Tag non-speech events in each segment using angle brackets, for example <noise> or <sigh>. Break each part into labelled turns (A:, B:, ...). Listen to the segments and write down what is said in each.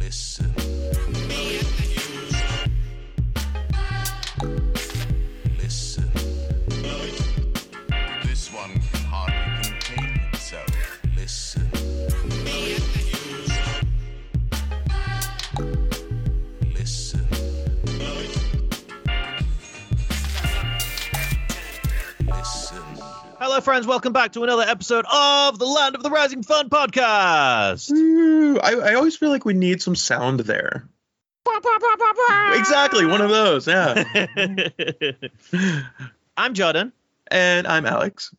A: Mississippi. Listen. This one can hardly contain itself. Listen. Listen. Listen.
B: Hello, friends. Welcome back to another episode of the Land of the Rising Fun podcast. <laughs>
C: Ooh, I, I always feel like we need some sound there. Exactly, one of
B: <laughs>
C: those, yeah.
B: I'm Jordan.
C: and I'm Alex.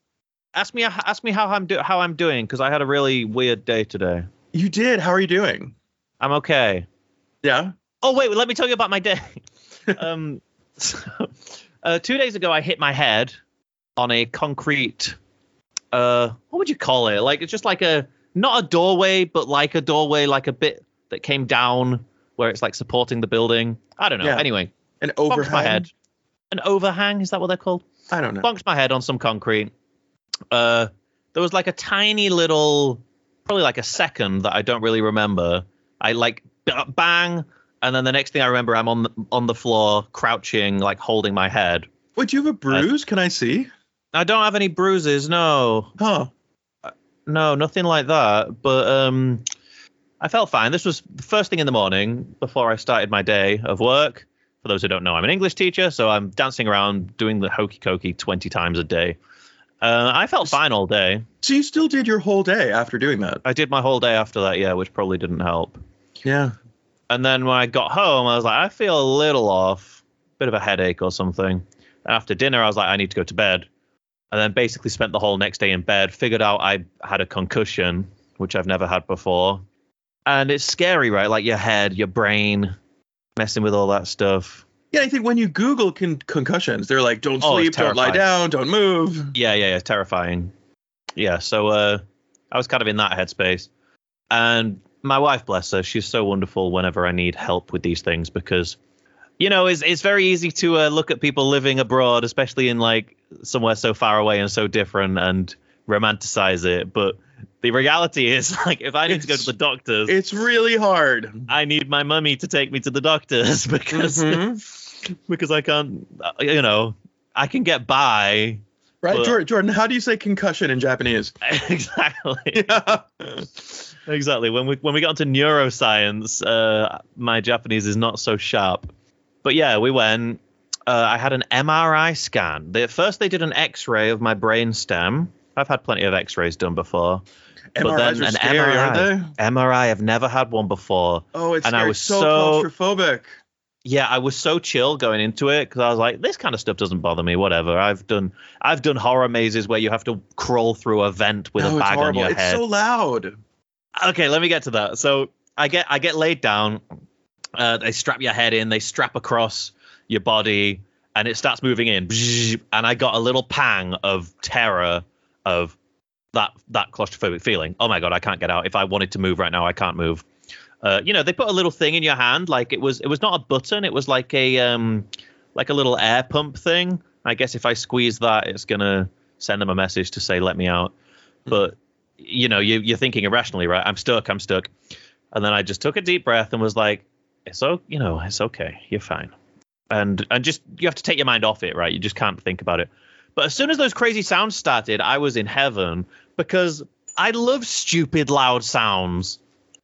B: Ask me, ask me how I'm do, how I'm doing because I had a really weird day today.
C: You did. How are you doing?
B: I'm okay.
C: Yeah.
B: Oh wait, let me tell you about my day. um, so, uh, two days ago, I hit my head on a concrete. Uh, what would you call it? Like it's just like a not a doorway, but like a doorway, like a bit that came down where it's like supporting the building. I don't know.
C: Yeah.
B: Anyway,
C: An
B: bonked
C: overhead.
B: my head. An overhang is that what they're called?
C: I don't know.
B: Bonked my head on some concrete. Uh, there was like a tiny little, probably like a second that I don't really remember. I like b- bang, and then the next thing I remember, I'm on the, on the floor crouching, like holding my head.
C: Wait, do you have a bruise? Can I see?
B: I don't have any bruises, no,
C: Huh.
B: no, nothing like that. But um, I felt fine. This was the first thing in the morning before I started my day of work. For those who don't know, I'm an English teacher, so I'm dancing around doing the hokey cokey 20 times a day. Uh, I felt fine all day.
C: So you still did your whole day after doing that?
B: I did my whole day after that, yeah, which probably didn't help.
C: Yeah.
B: And then when I got home, I was like, I feel a little off, bit of a headache or something. And after dinner, I was like, I need to go to bed. And then basically spent the whole next day in bed, figured out I had a concussion, which I've never had before. And it's scary, right? Like your head, your brain, messing with all that stuff.
C: Yeah, I think when you Google con- concussions, they're like, don't
B: Oh,
C: sleep,
B: it's
C: don't lie
B: terrifying.
C: down, don't move.
B: Yeah, yeah, yeah, terrifying. Yeah, so uh, I was kind of in that headspace. And my wife, bless her, she's so wonderful whenever I need help with these things because, you know, it's, it's very easy to uh, look at people living abroad, especially in like somewhere so far away and so different and romanticize it. But the reality is, <laughs> like, if I need to go to the doctors,
C: It's really hard.
B: I need my mummy to take me to the doctors <laughs> because <laughs> because I can't, uh, you know, I can get by.
C: Right,
B: But-
C: Jor- Jordan, how do you say concussion in Japanese?
B: <laughs> exactly.
C: <laughs> Yeah.
B: Exactly. When we when we got into neuroscience, uh, my Japanese is not so sharp. But yeah, we went. Uh, I had an MRI scan. They, at first, they did an X-ray of my brain stem. I've had plenty of X-rays done before.
C: MRIs are
B: an
C: scary, aren't they?
B: MRI, I've never had one before.
C: Oh, it's
B: And I
C: scary.
B: was
C: so,
B: so-
C: claustrophobic.
B: yeah, I was so chill going into it because I was like, this kind of stuff doesn't bother me. Whatever. I've done I've done horror mazes where you have to crawl through a vent with
C: no,
B: a
C: Oh, it's
B: bag on
C: horrible.
B: your
C: it's
B: head.
C: so loud.
B: okay, let me get to that. So I get I get laid down. Uh, they strap your head in. They strap across your body, and it starts moving in. Bzzz, And I got a little pang of terror of that that claustrophobic feeling. Oh my god, I can't get out. If I wanted to move right now, I can't move. Uh, you know, they put a little thing in your hand, like it was it was not a button. It was like a um like a little air pump thing. I guess if I squeeze that, it's gonna send them a message to say let me out. But you know, you, you're thinking irrationally, right? I'm stuck, I'm stuck. And then I just took a deep breath and was like, it's o you know, it's okay, you're fine. And and just you have to take your mind off it, right? You just can't think about it. But as soon as those crazy sounds started, I was in heaven because I love stupid loud sounds.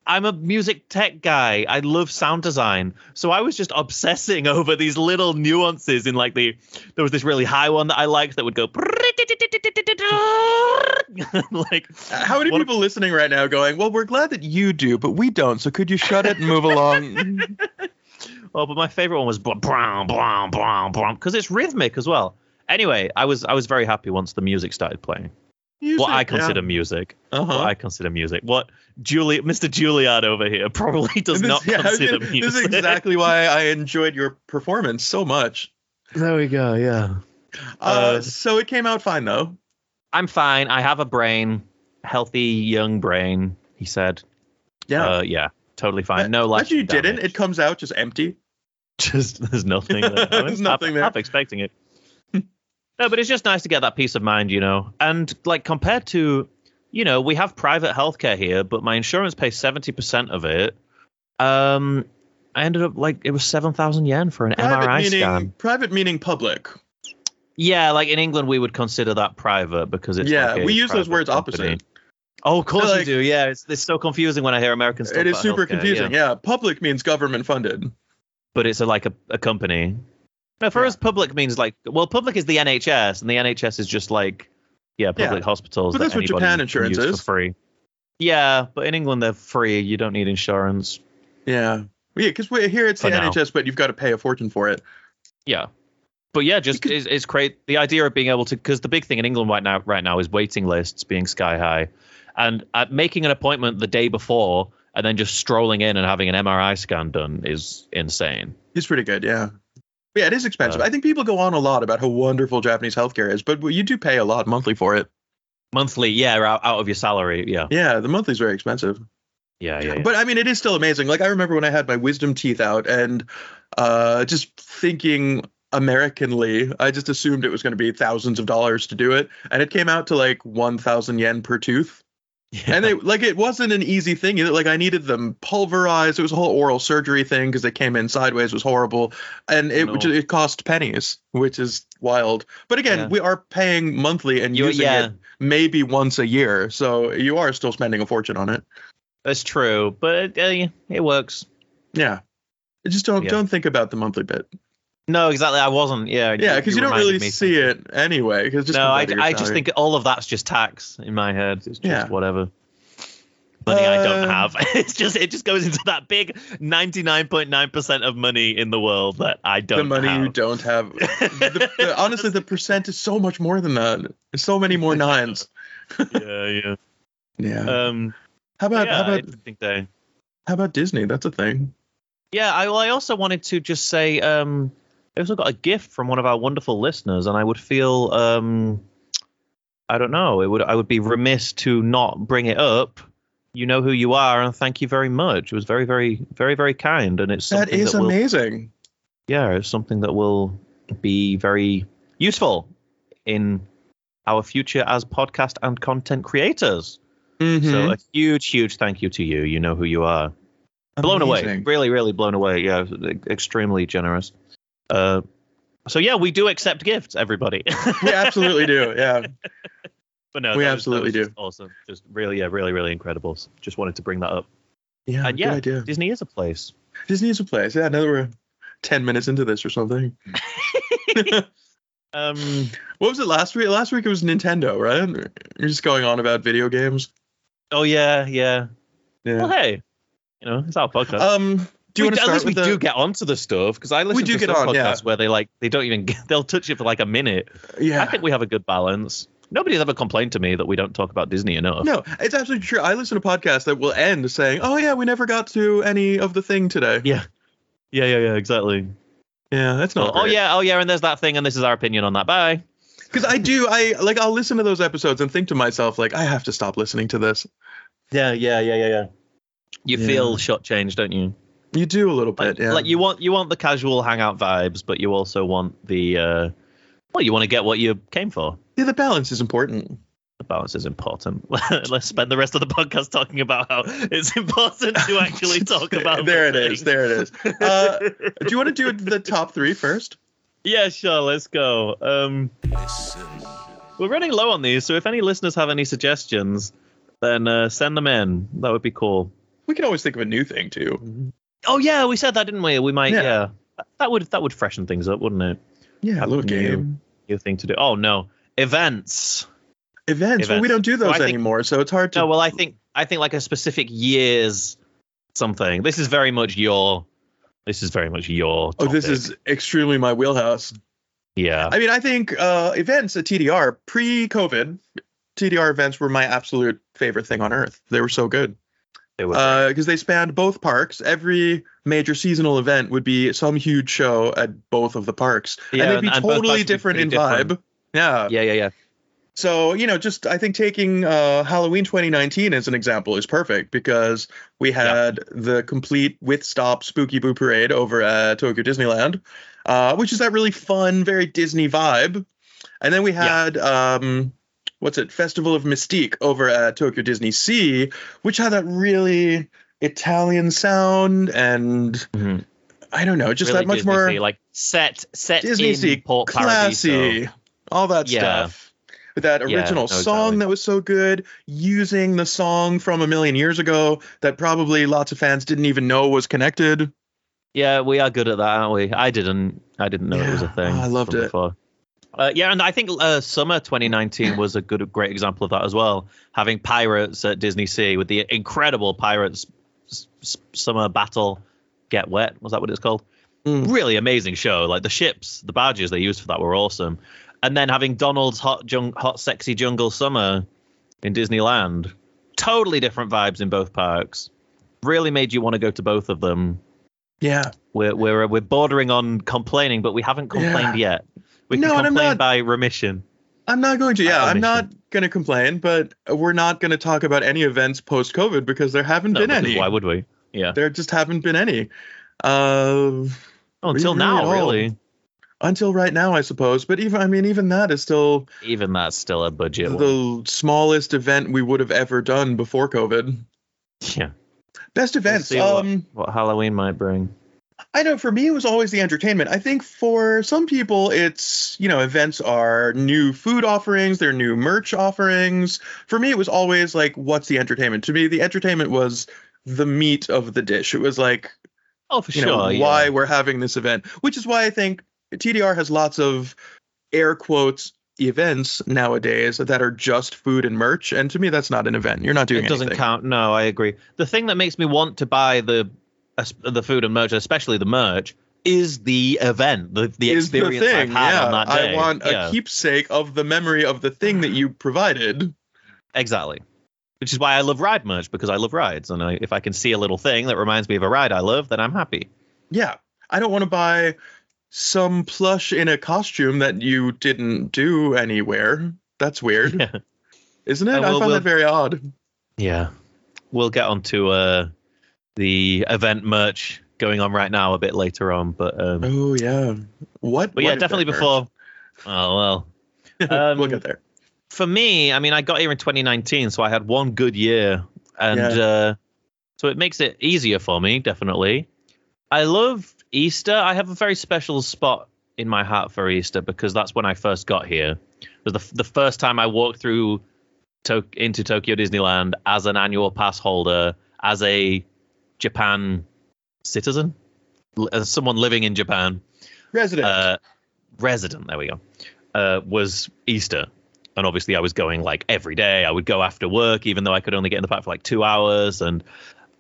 B: I'm a music tech guy. I love sound design. So I was just obsessing <laughs> over these little nuances in like the there was this really high one that I liked that would go <laughs> like
C: How many
B: one of-
C: people listening right now going, well, we're glad that you do, but we don't. So could you shut it
B: <laughs>
C: and move along?
B: Oh, but my favorite one was blah blah blah blah blah because it's rhythmic as well. Anyway, I was I was very happy once the music started playing.
C: Music,
B: what I
C: yeah.
B: consider music.
C: Uh-huh.
B: What I consider music. What Julie, Mr. Juilliard over here
C: <laughs>
B: probably does
C: This-
B: not
C: yeah, I was
B: consider
C: gonna-
B: music.
C: This is exactly why I enjoyed your performance so much.
B: There we go. Yeah.
C: Uh,
B: Uh,
C: so it came out fine, though.
B: I'm fine. I have a brain, healthy young brain. He said.
C: Yeah.
B: Uh, yeah. Totally fine.
C: Uh,
B: No life.
C: Imagine you
B: damage.
C: didn't. It comes out just empty.
B: just there's nothing
C: <laughs>
B: there. I
C: There's
B: was
C: nothing
B: half,
C: there.
B: half expecting it. no, but it's just nice to get that peace of mind, you know. And like compared to, you know, we have private healthcare here, but my insurance pays seventy percent of it, Um, I ended up like it was seven thousand yen for an MRI
C: meaning,
B: scan.
C: private meaning public.
B: Yeah, like in England we would consider that private because it's
C: yeah,
B: like a
C: we use those
B: private
C: words
B: company.
C: opposite.
B: Oh, of course
C: Like-
B: you do. Yeah, it's, it's so confusing when I hear Americans. Talk
C: It is
B: about
C: super
B: healthcare,
C: confusing.
B: yeah.
C: Yeah. public means government funded.
B: but it's a, like a, a company. No, for
C: Yeah.
B: us, public means like well, public is the NHS, and the NHS is just like yeah, public hospitals.
C: But
B: that
C: that's what
B: anybody
C: Japan
B: can
C: insurance
B: use
C: is.
B: for free. Yeah, but in England they're free. You don't need insurance.
C: Yeah, yeah, because here it's
B: For
C: the
B: now.
C: NHS, but you've got to pay a fortune for it.
B: Yeah. But yeah, just
C: Because-
B: it's, it's great. The idea of being able to, because the big thing in England right now, right now, is waiting lists being sky high, and uh, making an appointment the day before and then just strolling in and having an MRI scan done is insane.
C: It's pretty good. Yeah, But yeah, it is expensive.
B: Uh,
C: I think people go on a lot about how wonderful Japanese healthcare is, but you do pay a lot monthly for it.
B: Monthly, yeah, out, out of your salary, yeah,
C: Yeah, the monthly's very expensive.
B: yeah, yeah. yeah.
C: But I mean, it is still amazing. Like I remember when I had my wisdom teeth out, and uh, just thinking Americanly, I just assumed it was going to be thousands of dollars to do it, and it came out to like one thousand yen per tooth.
B: Yeah.
C: and they like it wasn't an easy thing either. Like I needed them pulverized. It was a whole oral surgery thing because they came in sideways. It was horrible, and it
B: No.
C: which it cost pennies, which is wild. But again,
B: Yeah.
C: we are paying monthly and
B: <laughs> You-
C: using
B: yeah,
C: it maybe once a year, so you are still spending a fortune on it.
B: that's true, but uh, it works.
C: Yeah, just don't
B: Yeah.
C: don't think about the monthly bit.
B: No, exactly. I wasn't. Yeah,
C: Yeah, because you, don't
B: reminded
C: really
B: me.
C: see it anyway. Because just
B: no,
C: comes
B: I,
C: out of your
B: I just
C: salary.
B: think all of that's just tax in my head. It's just
C: Yeah.
B: whatever money I don't
C: Uh,
B: have. <laughs> It's just it just goes into that big ninety nine point nine percent of money in the world that I don't.
C: the money
B: have.
C: you don't
B: <laughs>
C: have. the, the, honestly, the percent is so much more than that. So many
B: <laughs>
C: more nines.
B: yeah,
C: Yeah.
B: yeah.
C: <laughs>
B: Um,
C: how about
B: yeah,
C: how about
B: interesting day.
C: How about Disney? That's a thing.
B: Yeah, I, well, I also wanted to just say um, I also got a gift from one of our wonderful listeners, and I would feel um, I don't know, it would I would be remiss to not bring it up. You know who you are, and thank you very much. It was very, very, very, very kind, and it's
C: That
B: something
C: is
B: will,
C: amazing.
B: yeah, it's something that will be very useful in our future as podcast and content creators.
C: Mm-hmm.
B: So a huge, huge thank you to you. You know who you are blown away
C: Amazing.
B: really really blown away yeah e- extremely generous uh so yeah we do accept gifts everybody
C: <laughs>
B: <laughs>
C: we absolutely do. Yeah.
B: but no
C: we
B: that was- that
C: absolutely
B: was
C: do.
B: just awesome just really yeah really really incredible S- just wanted to bring that up
C: Yeah.
B: And
C: good
B: Uh, yeah.
C: idea.
B: disney is a place
C: Disney's a place. Yeah. Now that we're 10 minutes into this or something.
B: um
C: What was it last week? Last week it was Nintendo, right? You're just going on about video games.
B: oh yeah yeah well
C: Yeah.
B: hey you know it's our podcast
C: Um,
B: We-
C: do you want to
B: at
C: start
B: least we
C: with the,
B: do get onto the stuff because I listen
C: do
B: to
C: get
B: some
C: on, yeah.
B: podcasts where they like they don't even get, <laughs> they'll touch it for like a minute. I
C: Yeah.
B: think we have a good balance. Nobody's ever complained to me that we don't talk about Disney enough.
C: No, it's absolutely true. I listen to podcasts that will end saying, "Oh yeah, we never got to any of the thing today."
B: Yeah. Yeah, yeah, yeah, exactly.
C: Yeah, that's
B: Oh,
C: not.
B: oh
C: great.
B: yeah, oh yeah, and there's that thing, and this is our opinion on that. Bye.
C: Because I do, I like, I'll listen to those episodes and think to myself, like, I have to stop listening to this.
B: Yeah, yeah, yeah, yeah, yeah. You
C: Yeah.
B: feel shortchanged, don't you?
C: You do a little
B: Like,
C: bit, yeah.
B: like you want you want the casual hangout vibes, but you also want the uh, well, you want to get what you came for.
C: yeah, the balance is important.
B: The balance is important. <laughs> Let's spend the rest of the podcast talking about how it's important to
C: <laughs>
B: actually talk about.
C: there it
B: the
C: is.
B: thing.
C: There it is.
B: <laughs>
C: Uh, do you want to do the top three first?
B: yeah, sure. Let's go. Um,
A: Listen.
B: we're running low on these, so if any listeners have any suggestions, then uh, send them in. That would be cool.
C: We can always think of a new thing too.
B: Oh yeah, we said that, didn't we? We might
C: Yeah.
B: yeah. That would that would freshen things up, wouldn't it?
C: Yeah, a little
B: New
C: game.
B: New thing to do. Oh no. Events.
C: Events. Well, we
B: Events.
C: don't do
B: So
C: those
B: I think-
C: anymore, so it's hard to.
B: No, well I think I think like a specific year's something. This is very much your this is very much your
C: oh, this
B: topic.
C: is extremely my wheelhouse.
B: Yeah.
C: I mean, I think uh, events at TDR pre-COVID, TDR events were my absolute favorite thing on earth. They were so good.
B: It was
C: because they spanned both parks. Every major seasonal event would be some huge show at both of the parks,
B: Yeah,
C: and they'd be
B: and- and both parks would
C: totally
B: be
C: different in
B: pretty
C: vibe. Yeah.
B: yeah, yeah, yeah.
C: So you know, just I think taking uh, Halloween 2019 as an example is perfect because we had the complete with stop Spooky Boo Parade over at Tokyo Disneyland, uh, which is that really fun, very Disney vibe, and then we
B: Yeah.
C: had. Um, What's it? Festival of Mystique over at Tokyo Disney Sea, which had that really Italian sound and
B: Mhm.
C: I don't know, just
B: Really
C: that much
B: Disney-y,
C: more
B: like set set
C: Disney
B: in
C: sea,
B: Port Paradiso.
C: classy, all that
B: Yeah.
C: stuff. With that
B: Yeah,
C: original
B: no,
C: song
B: exactly.
C: that was so good, using the song from a million years ago that probably lots of fans didn't even know was connected.
B: Yeah, we are good at that, aren't we? I didn't. I didn't know it was a
C: Yeah,
B: thing.
C: I loved
B: from
C: it.
B: Before. Uh, yeah, and I think uh, summer
C: <laughs>
B: 2019 was a good, great example of that as well. Having pirates at Disney Sea with the incredible pirates s- s- summer battle, get wet. Was that what it's called?
C: Mm.
B: Really amazing show. Like the ships, the barges they used for that were awesome. And then having Donald's hot, jung- hot, sexy jungle summer in Disneyland. Totally different vibes in both parks. Really made you want to go to both of them
C: Yeah.
B: we're we're we're bordering on complaining, but we haven't complained yet. We can
C: No, and I'm
B: complain
C: not-
B: by remission.
C: I'm not going to. Yeah,
B: Uh,
C: I'm
B: omission.
C: not going to complain, but we're not going to talk about any events post COVID because there haven't
B: No,
C: been
B: because
C: any.
B: why would we? Yeah.
C: there just haven't been any. Uh,
B: Oh, until
C: really at
B: now,
C: all.
B: really.
C: until right now, I suppose. But even I mean, even that is still
B: Even that's still a budget. one.
C: the smallest event we would have ever done before COVID.
B: Yeah.
C: Best events.
B: see what-
C: um,
B: What Halloween might bring.
C: I know for me it was always the entertainment. I think for some people it's, you know, events are new food offerings, they're new merch offerings. For me it was always like what's the entertainment? To me the entertainment was the meat of the dish. It was like,
B: Oh, for
C: you
B: sure.
C: know,
B: yeah.
C: why we're having this event, which is why I think TDR has lots of air quotes events nowadays that are just food and merch and to me that's not an event. You're not doing
B: It doesn't
C: anything.
B: count. No, I agree. The thing that makes me want to buy the es- the food and merch, especially the merch, is the event, the the
C: Is
B: experience I've had
C: yeah.
B: on that day.
C: I want
B: Yeah.
C: a keepsake of the memory of the thing that you provided.
B: Exactly. Which is why I love ride merch because I love rides, and I, if I can see a little thing that reminds me of a ride I love, then I'm happy. <laughs>
C: Yeah. I don't want to buy some plush in a costume that you didn't do anywhere. That's
B: <laughs>
C: weird,
B: Yeah.
C: isn't it?
B: Uh, well,
C: I find
B: we'll-
C: that very odd.
B: Yeah. We'll get onto uh, the event merch going on right now a bit later on, but um,
C: Oh yeah. What?
B: but
C: what
B: yeah,
C: is
B: definitely
C: there?
B: before. Oh well. Um,
C: <laughs> we'll get there.
B: for me, I mean, I got here in 2019, so I had one good year, and uh, so it makes it easier for me, definitely. I love Easter. I have a very special spot in my heart for Easter because that's when I first got here. It was the f- the first time I walked through to- into Tokyo Disneyland as an annual pass holder, as a Japan citizen, l- as someone living in Japan
C: Resident.
B: uh, resident. There we go. Uh, was Easter, and obviously I was going like every day. I would go after work, even though I could only get in the park for like two hours, and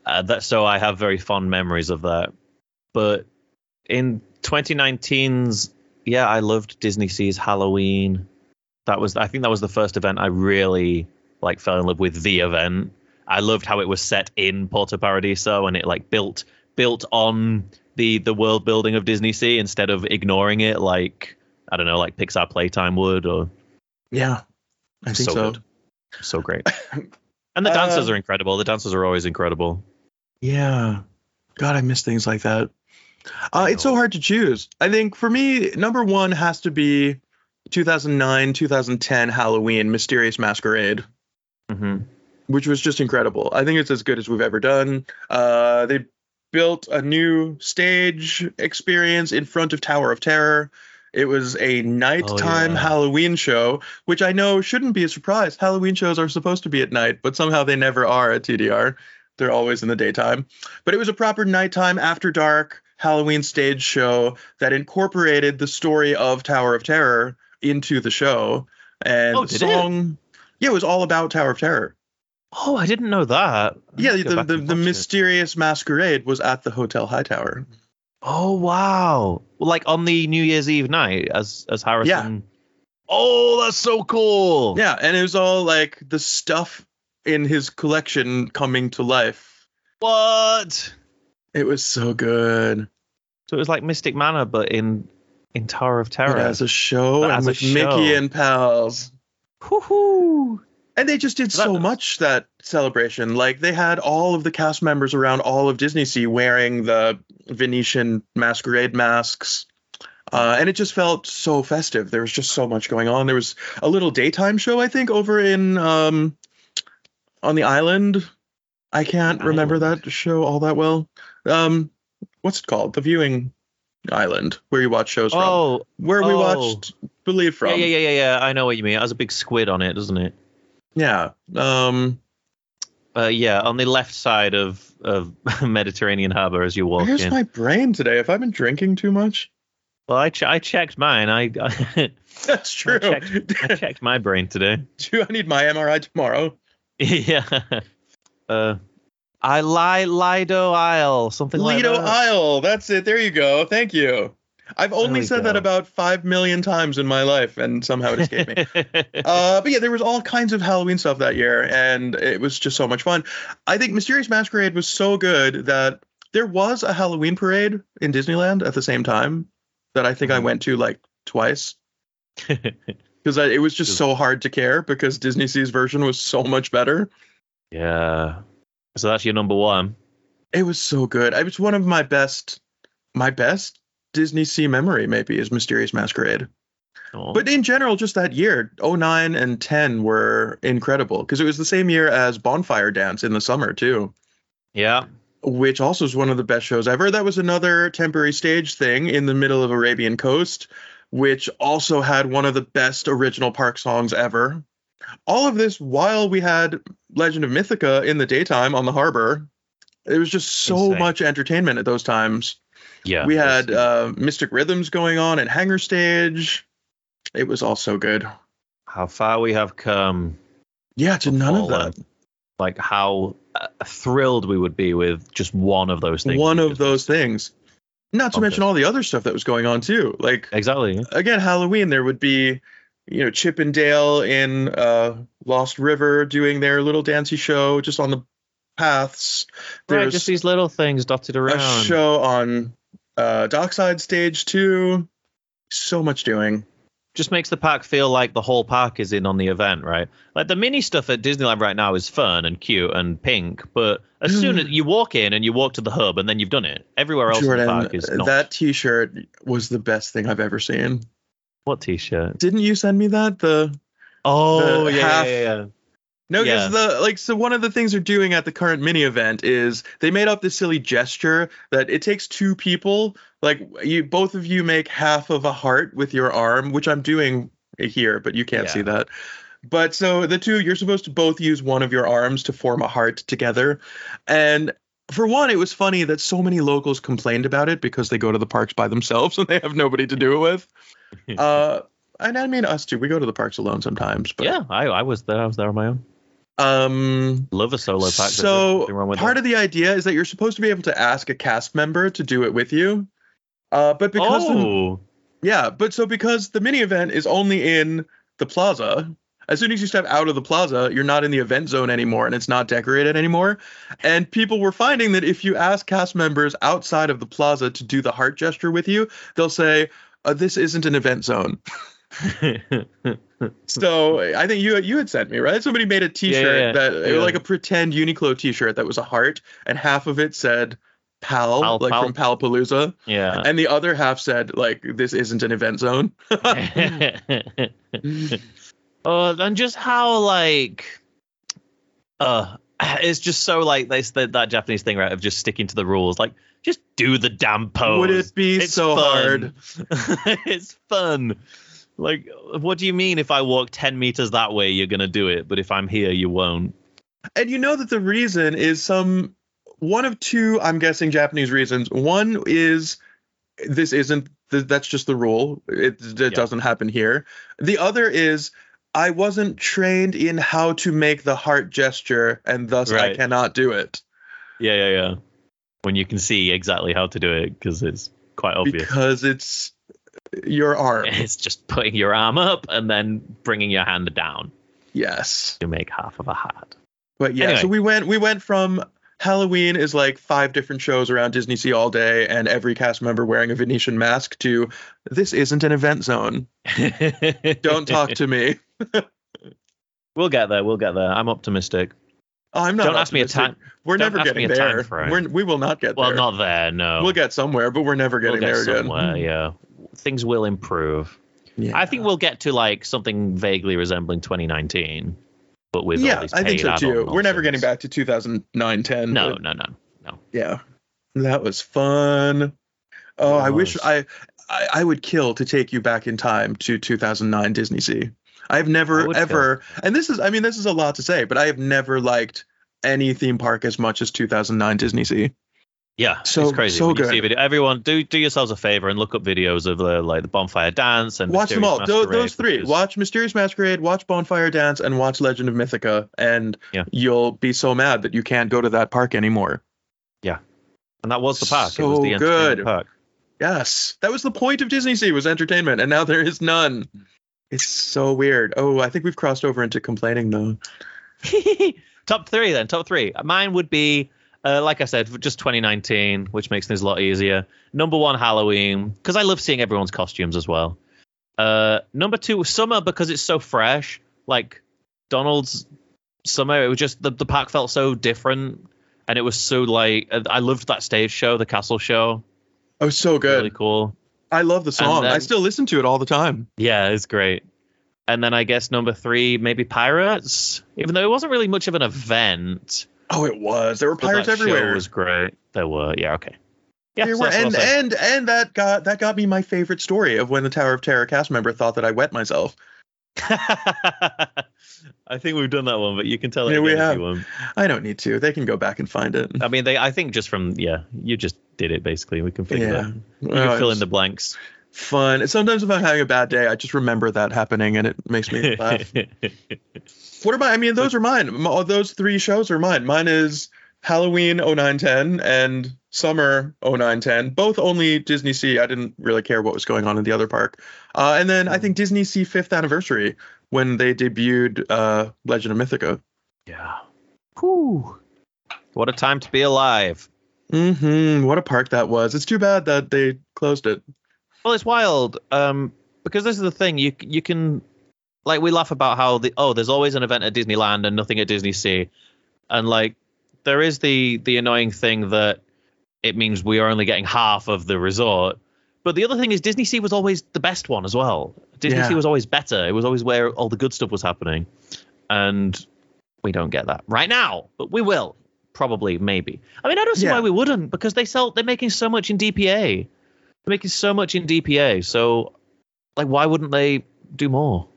B: uh, that. So I have very fond memories of that. But in 2019's, yeah, I loved Disney Sea's Halloween. That was, I think, that was the first event I really like fell in love with the event. I loved how it was set in Porto Paradiso and it like built built on the the world building of Disney Sea instead of ignoring it like I don't know like Pixar Playtime would or
C: yeah. I think so.
B: so good. so
C: <laughs>
B: great. And the dancers
C: Uh,
B: are incredible. The dancers are always incredible.
C: Yeah. God, I miss things like that. Uh,
B: I
C: it's so
B: know.
C: hard to choose. I think for me, number one has to be 2009, 2010 Halloween, Mysterious Masquerade.
B: hmm
C: which was just incredible. I think it's as good as we've ever done. Uh, they built a new stage experience in front of Tower of Terror. It was a nighttime
B: Oh, yeah.
C: Halloween show, which I know shouldn't be a surprise. Halloween shows are supposed to be at night, but somehow they never are at TDR. They're always in the daytime. But it was a proper nighttime, after dark Halloween stage show that incorporated the story of Tower of Terror into the show. And
B: Oh,
C: the
B: did it?
C: song, yeah, it was all about Tower of Terror.
B: Oh, I didn't know that. I
C: Yeah,
B: have to go
C: the,
B: back
C: the,
B: and
C: the
B: watch it.
C: mysterious masquerade was at the Hotel Hightower.
B: Oh wow! Well, like on the New Year's Eve night, as as Harrison. Oh, that's so cool.
C: Yeah, and it was all like the stuff in his collection coming to life.
B: What?
C: It was so good.
B: So it was like Mystic Manor, but in in Tower of
C: But
B: Terror.
C: as a show
B: But
C: and
B: as a
C: with
B: show.
C: Mickey and pals.
B: Whoo-hoo.
C: And they just did
B: So that-
C: so much that celebration. Like they had all of the cast members around all of Disney Sea wearing the Venetian masquerade masks. Uh, and it just felt so festive. There was just so much going on. There was a little daytime show, I think, over in um, on the island. I can't
B: Island.
C: remember that show all that well. Um, what's it called? The viewing island where you watch shows from.
B: Oh,
C: Where we
B: oh.
C: watched Believe from.
B: yeah, yeah, yeah, yeah, yeah. I know what you mean. It has a big squid on it, doesn't it?
C: yeah. Yeah. Um,
B: Uh, yeah, on the left side of of <laughs> Mediterranean Harbour as you walk
C: where's
B: in.
C: my brain today? Have I been drinking too much? <laughs>
B: Well, I ch- I checked mine. I I, <laughs>
C: That's true.
B: checked.
C: <laughs>
B: I checked my brain today. <laughs>
C: Do I need my MRI tomorrow?
B: yeah. Uh, I lie Lido Isle, something like
C: Lido
B: that.
C: Isle. That's it. There you go. Thank you. I've only
B: we
C: said
B: go.
C: that about five million times in my life, and somehow it escaped me. uh, but yeah, there was all kinds of Halloween stuff that year, and it was just so much fun. I think Mysterious Masquerade was so good that there was a Halloween parade in Disneyland at the same time that I think I went to like <laughs> twice because it was just so hard to care because Disney Sea's version was so much better.
B: <laughs> yeah. So that's your number one.
C: It was so good. It was one of my best, my best Disney Sea memory maybe is Mysterious Masquerade.
B: Oh.
C: But in general, just that year, 09 and 10 were incredible because it was the same year as Bonfire Dance in the summer, too,
B: yeah.
C: which also is one of the best shows ever. That was another temporary stage thing in the middle of Arabian Coast, which also had one of the best original park songs ever. All of this while we had Legend of Mythica in the daytime on the harbor. It was just so
B: Insane.
C: much entertainment at those times
B: Yeah.
C: we had uh, Mystic Rhythms going on at Hanger Stage. It was all so good.
B: how far we have come.
C: Yeah, uh, to none of
B: All, uh,
C: that.
B: Like how uh, thrilled we would be with just one of those things.
C: One
B: we
C: of
B: just-
C: those things. Not to
B: Bump
C: mention all the other stuff that was going on too. Like
B: Exactly.
C: again, Halloween there would be, you know, Chip and Dale in uh, Lost River doing their little dancey show just on the paths.
B: Right,
C: There's
B: just these little things dotted
C: a
B: around.
C: show on uh, Dockside Stage too. So much doing.
B: just makes the park feel like the whole park is in on the event, right? Like the mini stuff at Disneyland right now is fun and cute and pink, but as soon as you walk in and you walk to the hub and then you've done it, everywhere else in the
C: Mm. Jordan,
B: park is not.
C: that T-shirt was the best thing I've ever seen.
B: what t-shirt?
C: Didn't you send me that? The
B: Oh
C: The
B: yeah,
C: half-
B: yeah, yeah,
C: no,
B: Yeah.
C: because the like so one of the things they're doing at the current mini event is they made up this silly gesture that it takes two people, like you both of you make half of a heart with your arm, which I'm doing here, but you can't
B: Yeah.
C: see that. But so the two, you're supposed to both use one of your arms to form a heart together, and for one, it was funny that so many locals complained about it because they go to the parks by themselves <laughs> and they have nobody to do it with.
B: <laughs>
C: Uh, and I mean us too. We go to the parks alone sometimes, but
B: yeah. I, I was there. I was there on my own.
C: um,
B: Love a solo park. there's
C: so
B: nothing wrong with
C: part
B: that.
C: of the idea is that you're supposed to be able to ask a cast member to do it with you. Uh, but because the-
B: oh,
C: yeah, but so because the mini event is only in the plaza. As soon as you step out of the plaza, you're not in the event zone anymore and it's not decorated anymore. And people were finding that if you ask cast members outside of the plaza to do the heart gesture with you, they'll say, uh, this isn't an event zone.
B: Oh.
C: <laughs> So I think you you had sent me right. Somebody made a T-shirt
B: yeah,
C: that it
B: yeah.
C: was like a pretend Uniqlo T-shirt that was a heart, and half of it said "pal"
B: Pal-
C: like
B: pal.
C: from Palapalooza,
B: <laughs> yeah.
C: and the other half said like "this isn't an event zone."
B: <laughs> Oh, Uh, and just how like, uh, it's just so like they that that Japanese thing right of just sticking to the rules. Like, just do the damn pose.
C: Would it be
B: Oh, It's
C: so
B: fun. <laughs> it's fun. Like, what do you mean if I walk ten meters that way, you're gonna do it, but if I'm here, you won't?
C: hard? And you know that the reason is some one of two. I'm guessing Japanese reasons. One is this isn't th- that's just the rule. It, it doesn't happen here. The other is. I wasn't trained in how to make the heart gesture, and thus I
B: Right.
C: cannot do it.
B: Yeah, yeah, yeah. When you can see exactly how to do it because it's quite obvious.
C: because it's
B: <laughs>
C: your arm.
B: it's just putting your arm up and then bringing your hand down
C: yes,
B: to make half of a hat. <laughs>
C: but yeah.
B: Anyway.
C: So we went we went from Halloween is like five different shows around Disney Sea all day, and every cast member wearing a Venetian mask. To this isn't an event zone. Don't talk to me.
B: <laughs> We'll get there. We'll get there. I'm optimistic.
C: Oh, I'm not.
B: Don't ask me a
C: optimistic.
B: time.
C: We're
B: don't
C: never
B: ask me
C: getting
B: a time
C: there.
B: frame.
C: We're, we will not get
B: Well,
C: there.
B: not there. No.
C: We'll get somewhere, but we're never
B: We'll
C: getting there
B: get somewhere.
C: again.
B: Yeah. Things will improve.
C: Yeah.
B: I think we'll get to like something vaguely resembling 2019. but with all
C: yeah,
B: these
C: I think
B: paid
C: so
B: add-on
C: too. We're never getting
B: nonsense.
C: back to 2009 10.
B: No, no, no.
C: Yeah. That was fun. Oh, I wish
B: was.
C: I, I I would kill to take you back in time to 2009 Disney Sea. I've
B: I
C: never
B: would kill.
C: ever and this is I mean this is a lot to say, but I have never liked any theme park as much as 2009 Disney Sea.
B: Yeah,
C: So-
B: it's crazy.
C: so
B: when you
C: good.
B: see a video, everyone do do yourselves a favor and look up videos of the like the bonfire dance and
C: watch them
B: Mysterious
C: all. Those,
B: Masquerade,
C: those three.
B: which is-
C: Watch Mysterious Masquerade, watch Bonfire Dance, and watch Legend of Mythica, and
B: Yeah.
C: you'll be so mad that you can't go to that park anymore.
B: and that was the park. it was
C: So
B: the entertainment
C: good.
B: park.
C: Yes, that was the point of Disney Sea was entertainment, and now there is none. It's so weird. Oh, I think we've crossed over into complaining though.
B: <laughs> top three then. Top three. Mine would be, uh, like I said, just 2019, which makes things a lot easier. Number one, Halloween, because I love seeing everyone's costumes as well. Uh, number two, summer because it's so fresh. Like Donald's summer, it was just the, the park felt so different, and it was so like uh, I loved that stage show, the castle show.
C: Oh, so good.
B: Really cool.
C: I love the song. I
B: then-
C: still listen to it all the time.
B: Yeah, it's great. And then I guess number three, maybe pirates. Even though it wasn't really much of an event,
C: Oh, it was. There were
B: but
C: pirates
B: that show
C: everywhere.
B: was great. There were, yeah, okay, yeah,
C: there
B: so
C: were,
B: that's what I'll
C: and
B: say.
C: and and that got that got me my favorite story of when the Tower of Terror cast member thought that I wet myself.
B: <laughs> I think we've done that one, but you can tell it
C: Yeah, we
B: again if
C: have.
B: you want.
C: I don't need to. They can go back and find it.
B: I mean, they. I think just from yeah, you just did it basically. We can figure
C: Yeah.
B: that. You can
C: Oh,
B: fill in
C: it's
B: the blanks.
C: fun. And sometimes if I'm having a bad day, I just remember that happening and it
B: <laughs>
C: makes me laugh. What are my? I mean, those are mine. M- all Those three shows are mine. Mine is Halloween 0910 and Summer 0910. Both only Disney Sea. I didn't really care what was going on in the other park. Uh, and then I think Disney Sea fifth anniversary when they debuted uh, Legend of Mythica.
B: yeah. Whew. What a time to be alive.
C: hmm What a park that was. It's too bad that they closed it.
B: Well, it's wild um, because this is the thing. You you can like we laugh about how the oh there's always an event at Disneyland and nothing at Disney Sea, and like there is the the annoying thing that it means we are only getting half of the resort. But the other thing is Disney Sea was always the best one as well. Disney
C: Yeah.
B: Sea was always better. It was always where all the good stuff was happening, and we don't get that right now, but we will probably maybe. I mean, I don't see
C: Yeah.
B: why we wouldn't because they sell they're making so much in DPA. They're making so much in DPA. So, like, why wouldn't they do more?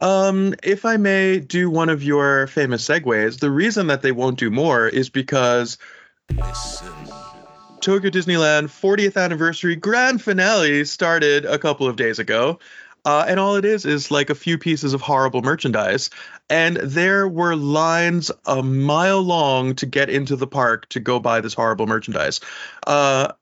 C: Um, if I may do one of your famous segues, the reason that they won't do more is because
A: Listen.
C: Tokyo Disneyland 40th anniversary grand finale started a couple of days ago. Uh, and all it is is like a few pieces of horrible merchandise. And there were lines a mile long to get into the park to go buy this horrible merchandise. Uh,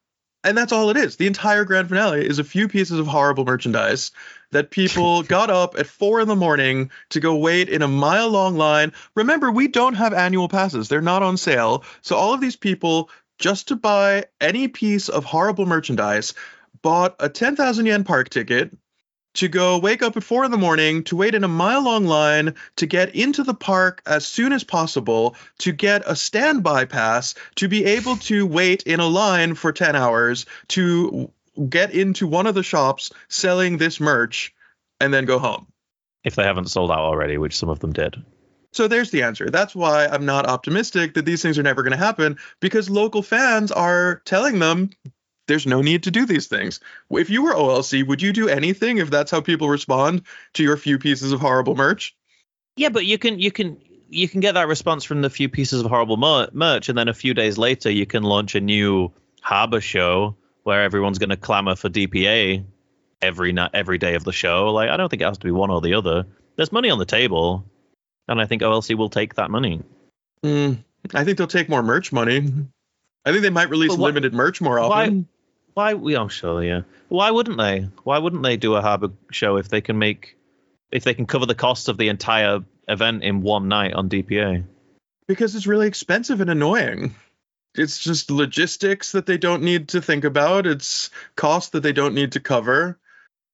C: and that's all it is. The entire grand finale is a few pieces of horrible merchandise that people got up at four in the morning to go wait in a mile long line. Remember, we don't have annual passes, they're not on sale. So all of these people, just to buy any piece of horrible merchandise, bought a 10,000 yen park ticket to go wake up at four in the morning to wait in a mile long line to get into the park as soon as possible to get a standby pass to be able to wait in a line for 10 hours to w- get into one of the shops selling this merch and then go home.
B: If they haven't sold out already, which some of them did.
C: So there's the answer. That's why I'm not optimistic that these things are never going to happen because local fans are telling them there's no need to do these things. If you were OLC, would you do anything if that's how people respond to your few pieces of horrible merch?
B: Yeah, but you can you can you can get that response from the few pieces of horrible mer- merch, and then a few days later you can launch a new harbor show where everyone's going to clamor for DPA every night, every day of the show. Like, I don't think it has to be one or the other. There's money on the table, and I think OLC will take that money.
C: Hmm, I think they'll take more merch money. I think they might release
B: But why-
C: limited merch more
B: why-
C: often.
B: Why? We oh, sure, yeah. Why wouldn't they? Why wouldn't they do a harbor show if they can make if they can cover the cost of the entire event in one night on DPA?
C: Because it's really expensive and annoying. It's just logistics that they don't need to think about. It's costs that they don't need to cover.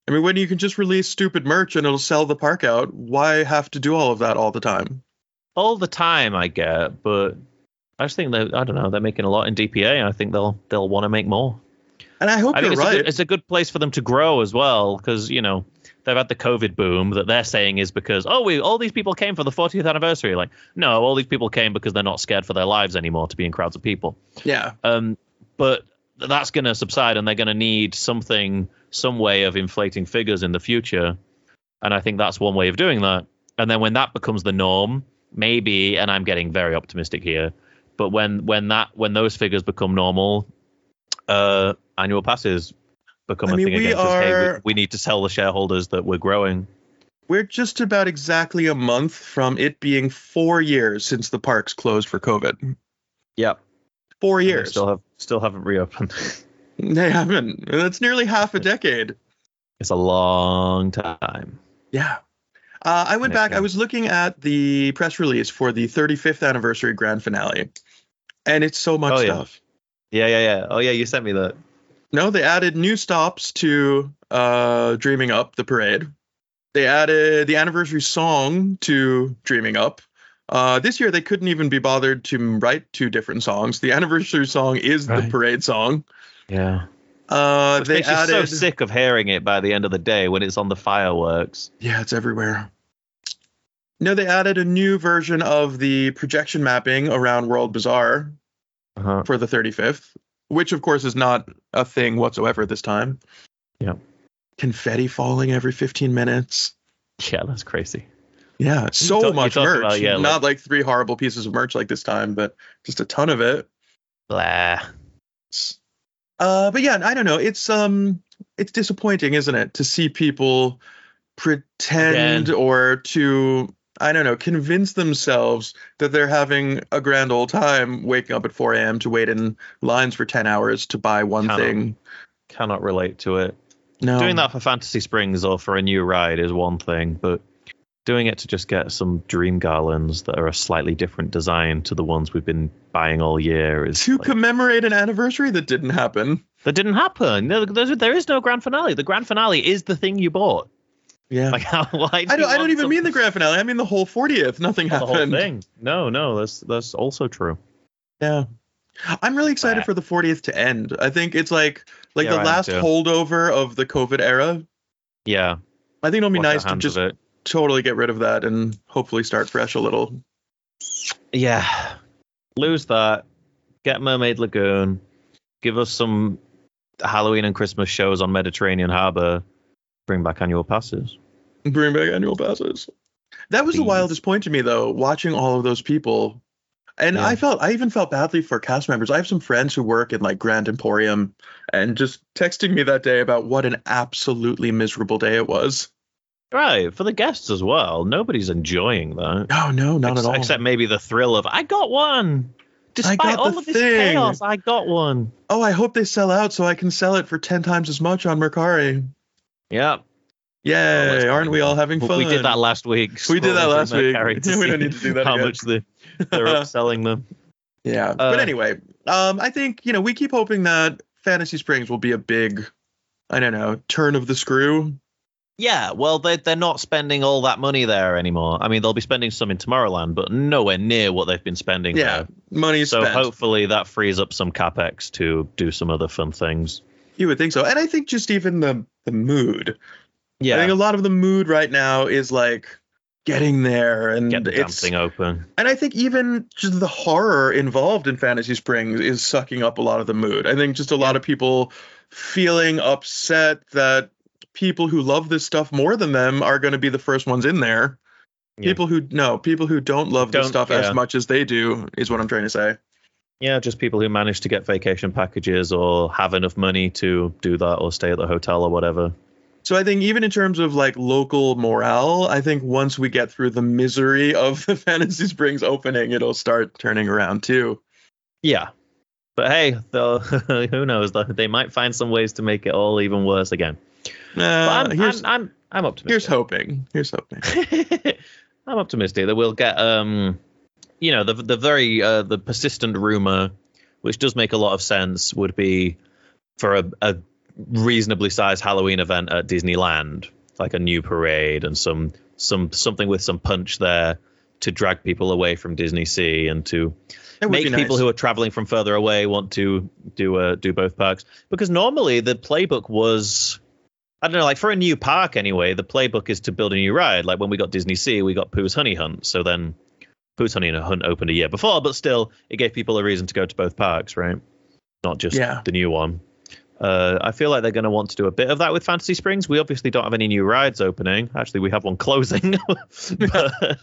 C: I mean, when you can just release stupid merch and it'll sell the park out, why have to do all of that all the time?
B: All the time, I get, but I just think that I don't know. They're making a lot in DPA. and I think they'll they'll want to make more.
C: And I hope
B: I think
C: you're
B: it's, a
C: right.
B: good, it's a good place for them to grow as well because you know they've had the COVID boom that they're saying is because oh we all these people came for the 40th anniversary. Like no, all these people came because they're not scared for their lives anymore to be in crowds of people.
C: yeah.
B: Um, but th- that's going to subside, and they're going to need something, some way of inflating figures in the future. And I think that's one way of doing that. And then when that becomes the norm, maybe, and I'm getting very optimistic here, but when when that when those figures become normal, uh, annual passes become
C: I
B: a
C: mean,
B: thing
C: we
B: again. 'cause, hey,
C: are-
B: we, we need to tell the shareholders that we're growing.
C: We're just about exactly a month from it being four years since the parks closed for COVID.
B: Yeah,
C: Four years.
B: Still have still haven't reopened. <laughs>
C: They haven't. That's nearly half a decade.
B: it's a long time.
C: Yeah. Uh, I went
B: Yeah.
C: back, I was looking at the press release for the 35th anniversary grand finale, and it's so much
B: Oh, yeah.
C: stuff.
B: Yeah, yeah, yeah. Oh yeah, you sent me that.
C: No, they added new stops to uh, Dreaming Up, the parade. They added the anniversary song to Dreaming Up. Uh, this year, they couldn't even be bothered to write two different songs. The anniversary song is the
B: Right.
C: parade song.
B: Yeah.
C: Uh,
B: Which
C: they
B: makes
C: added,
B: you so sick of hearing it by the end of the day when it's on the fireworks.
C: Yeah, it's everywhere. No, they added a new version of the projection mapping around World Bazaar
B: Uh-huh.
C: for the 35th, which of course is not a thing whatsoever this time.
B: Yeah.
C: Confetti falling every 15 minutes.
B: Yeah, that's crazy.
C: Yeah, so
B: talk- you
C: much
B: talk
C: merch.
B: about, yeah, like-
C: not like three horrible pieces of merch like this time, but just a ton of it.
B: Blah.
C: Uh, but yeah, I don't know. It's um, it's disappointing, isn't it, to see people pretend
B: Again.
C: or to I don't know convince themselves that they're having a grand old time, waking up at 4 a.m. to wait in lines for 10 hours to buy one
B: Cannot.
C: thing.
B: Cannot relate to it.
C: No,
B: Doing that for Fantasy Springs or for a new ride is one thing, but doing it to just get some dream garlands that are a slightly different design to the ones we've been buying all year is
C: to
B: like-
C: commemorate an anniversary that didn't happen.
B: that didn't happen. There, there's- there is no grand finale. The grand finale is the thing you bought.
C: <laughs> Yeah,
B: Like how? Why do
C: I
B: you
C: don't. I
B: want
C: don't even mean the
B: something-
C: grand finale. I mean the whole 40th.
B: Oh,
C: Nothing
B: the
C: happened.
B: whole thing. No, no, that's that's also true.
C: Yeah. I'm really excited
B: But-
C: for the 40th to end. I think it's like like
B: Yeah,
C: the
B: I am
C: last
B: too.
C: holdover of the COVID era.
B: Yeah,
C: I think it'll be
B: wash our
C: nice to
B: hands of
C: just
B: it.
C: totally get rid of that and hopefully start fresh a little.
B: yeah, lose that. Get Mermaid Lagoon. Give us some Halloween and Christmas shows on Mediterranean Harbour. Bring back annual passes.
C: Bring back annual passes. That was the
B: Please.
C: wildest point to me though, watching all of those people. And
B: Yeah.
C: I felt I even felt badly for cast members. I have some friends who work in like Grand Emporium and just texting me that day about what an absolutely miserable day it was.
B: Right for the guests as well. Nobody's enjoying that.
C: No, no, not
B: Ex-
C: at all.
B: Except maybe the thrill of I got one. Despite
C: got the
B: all of this
C: thing."
B: chaos, I got one.
C: oh, I hope they sell out so I can sell it for 10 times as much on Mercari.
B: Yeah, Oh,
C: Yay,
B: that's
C: aren't we all having
B: but
C: fun?
B: we did that last week.
C: We did
B: Scroll
C: that
B: through
C: last week.
B: Mercari
C: <laughs> We don't
B: see
C: need to do that
B: <laughs> How
C: again.
B: much they,
C: <laughs>
B: they're upselling them?
C: yeah. but
B: Uh,
C: anyway, um, I think, you know, we keep hoping that Fantasy Springs will be a big, I don't know, turn of the screw.
B: Yeah, well, they they're not spending all that money there anymore. I mean, they'll be spending some in Tomorrowland, but nowhere near what they've been spending.
C: Yeah.
B: there.
C: Money
B: So
C: spent.
B: hopefully that frees up some capex to do some other fun things.
C: You would think so. And I think just even the, the mood. I think
B: Yeah,
C: a lot of the mood right now is like getting there and
B: get the damn
C: it's
B: thing open.
C: and I think even just the horror involved in Fantasy Springs is sucking up a lot of the mood. I think just a lot of people feeling upset that people who love this stuff more than them are going to be the first ones in there.
B: Yeah.
C: People who no, people who don't love this
B: Don't-
C: stuff
B: yeah.
C: as much as they do is what I'm trying to say.
B: Yeah, just people who manage to get vacation packages or have enough money to do that or stay at the hotel or whatever.
C: So I think even in terms of like local morale, I think once we get through the misery of the <laughs> Fantasy Springs opening, it'll start turning around too.
B: Yeah, but hey, they'll, <laughs> who knows? They might find some ways to make it all even worse again. But
C: Uh,
B: I'm,
C: here's
B: I'm I'm I'm optimistic.
C: here's hoping. Here's hoping.
B: <laughs> I'm optimistic that we'll get um you know the the very uh, the persistent rumor which does make a lot of sense would be for a, a reasonably sized Halloween event at Disneyland like a new parade and some some something with some punch there to drag people away from Disney Sea and to
C: It would
B: make
C: be nice.
B: people who are traveling from further away want to do uh, do both parks because normally the playbook was I don't know like for a new park anyway the playbook is to build a new ride like when we got Disney Sea we got Pooh's Honey Hunt so then Pooh's Honey Hunt opened a year before but still it gave people a reason to go to both parks right not just
C: Yeah.
B: the new one uh, I feel like they're going to want to do a bit of that with Fantasy Springs. We obviously don't have any new rides opening. Actually, we have one closing. <laughs> But,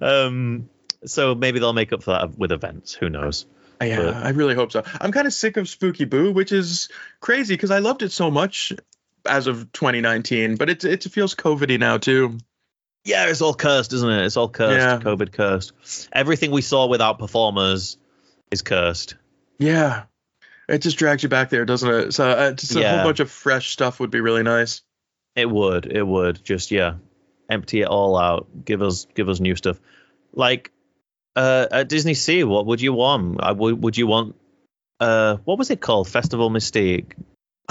B: um, so maybe they'll make up for that with events. Who knows?
C: Yeah,
B: but-
C: I really hope so. I'm kind of sick of Spooky Boo, which is crazy because I loved it so much as of 2019, but it it feels COVIDy now too.
B: Yeah, it's all cursed, isn't it? It's all cursed.
C: Yeah.
B: COVID cursed. Everything we saw without performers is cursed.
C: Yeah, it just drags you back there, doesn't it? So uh, just a
B: Yeah.
C: whole bunch of fresh stuff would be really nice.
B: It would. It would. Just yeah, empty it all out. Give us give us new stuff. Like uh, at Disney Sea, what would you want? I would. Would you want? Uh, what was it called? Festival Mystique.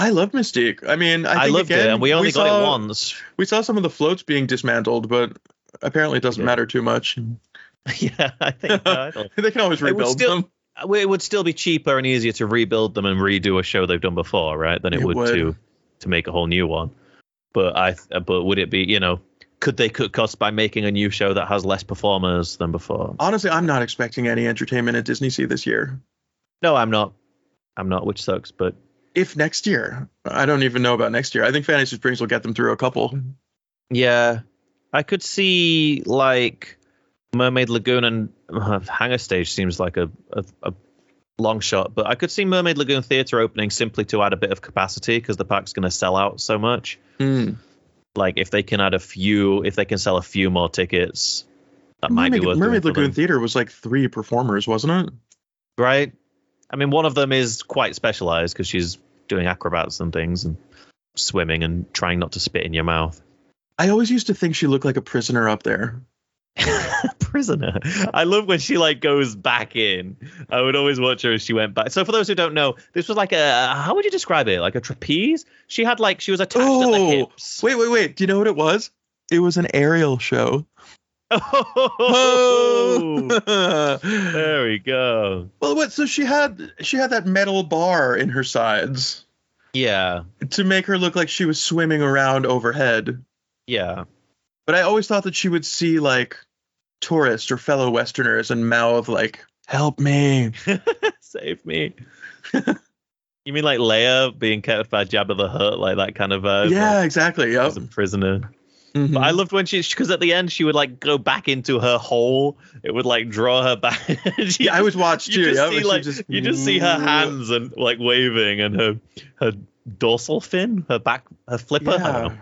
C: I love Mystique. I mean, I,
B: I,
C: think
B: loved
C: again,
B: it, and we only got
C: saw,
B: it once. <laughs>
C: We saw some of the floats being dismantled, but apparently it doesn't
B: Yeah.
C: matter too much. <laughs>
B: yeah, I think uh,
C: they can always
B: It would
C: rebuild
B: still-
C: them.
B: Uh, it would still be cheaper and easier to rebuild them and redo a show they've done before, right? Than it,
C: It
B: would,
C: would.
B: to to make a whole new one. But I th- uh, but would it be you know could they cut costs by making a new show that has less performers than before?
C: Honestly, I'm not expecting any entertainment at Disney Sea this year.
B: No, I'm not. I'm not, which sucks. But
C: If next year, I don't even know about next year. I think Fantasy Springs will get them through a
B: Hmm.
C: couple.
B: yeah, I could see like Mermaid Lagoon and uh, Hangar Stage seems like a, a a long shot, but I could see Mermaid Lagoon Theater opening simply to add a bit of capacity because the park's going to sell out so much.
C: Hmm.
B: like if they can add a few if they can sell a few more tickets that might
C: Mermaid,
B: be worth doing
C: Mermaid
B: for
C: Lagoon
B: them.
C: Theater was like three performers, wasn't it?
B: right i mean one of them is quite specialized because she's doing acrobats and things and swimming and trying not to spit in your mouth <laughs>
C: I always used to think she looked like a prisoner up there.
B: prisoner i love when she like goes back in i would always watch her as she went back so for those who don't know this was like a how would you describe it like a trapeze she had like she was attached at the
C: Oh,
B: hips <laughs>
C: Wait, wait, wait. Do you know what it was? It was an aerial show.
B: oh,
C: well,
B: there we go
C: what? So she had she had that metal bar in her sides
B: yeah
C: to make her look like she was swimming around overhead.
B: yeah
C: But I always thought that she would see like tourists or fellow Westerners and mouth like, "Help me!"
B: Save me. <laughs> you mean like Leia being kept by Jabba the Hutt, like that kind of vibe?
C: yeah,
B: like,
C: exactly. Yep.
B: as a prisoner.
C: Mhm.
B: But I loved when she, because at the end she would like go back into her hole. It would like draw her back. <laughs> She
C: yeah, I always watched too.
B: you just
C: yep,
B: see
C: and she
B: like you just see
C: <laughs> Mm,
B: her hands and like waving and her her dorsal fin, her back, her flipper. I don't know,
C: Yeah.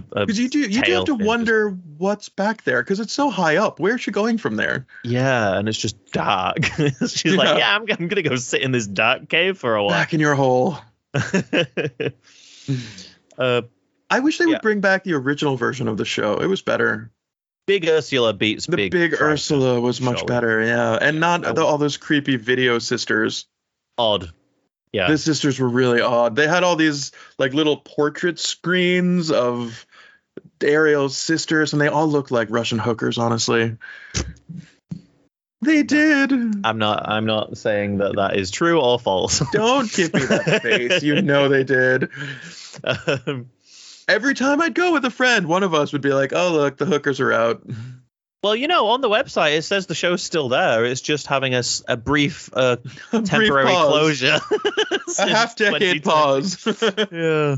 B: her- her-
C: Because you do you do
B: tail
C: have to
B: fin just-
C: wonder what's back there because it's so high up. Where's she going from there?
B: yeah, and it's just dark. <laughs> She's
C: Yeah.
B: like, yeah, I'm, I'm gonna go sit in this dark cave for a while.
C: Back in your hole.
B: <laughs> uh,
C: I wish they would
B: Yeah.
C: bring back the original version of the show. It was better.
B: Big Ursula beats
C: The
B: Big,
C: big, Ursula was much
B: surely.
C: better, yeah, and not
B: that
C: the,
B: was-
C: all those creepy video sisters.
B: Odd. Yeah.
C: The sisters were really odd. They had all these like little portrait screens of Ariel's sisters, and they all looked like Russian hookers. Honestly, they did.
B: I'm not. I'm not saying that that is true or false. <laughs>
C: Don't give me that face. You know they did.
B: um,
C: Every time I'd go with a friend, one of us would be like, "Oh look, the hookers are out." <laughs>
B: well, you know, on the website it says the show's still there. It's just having a, s- a brief uh,
C: A brief
B: temporary
C: pause.
B: closure.
C: <laughs>
B: <laughs>
C: A half decade pause. <laughs>
B: Yeah.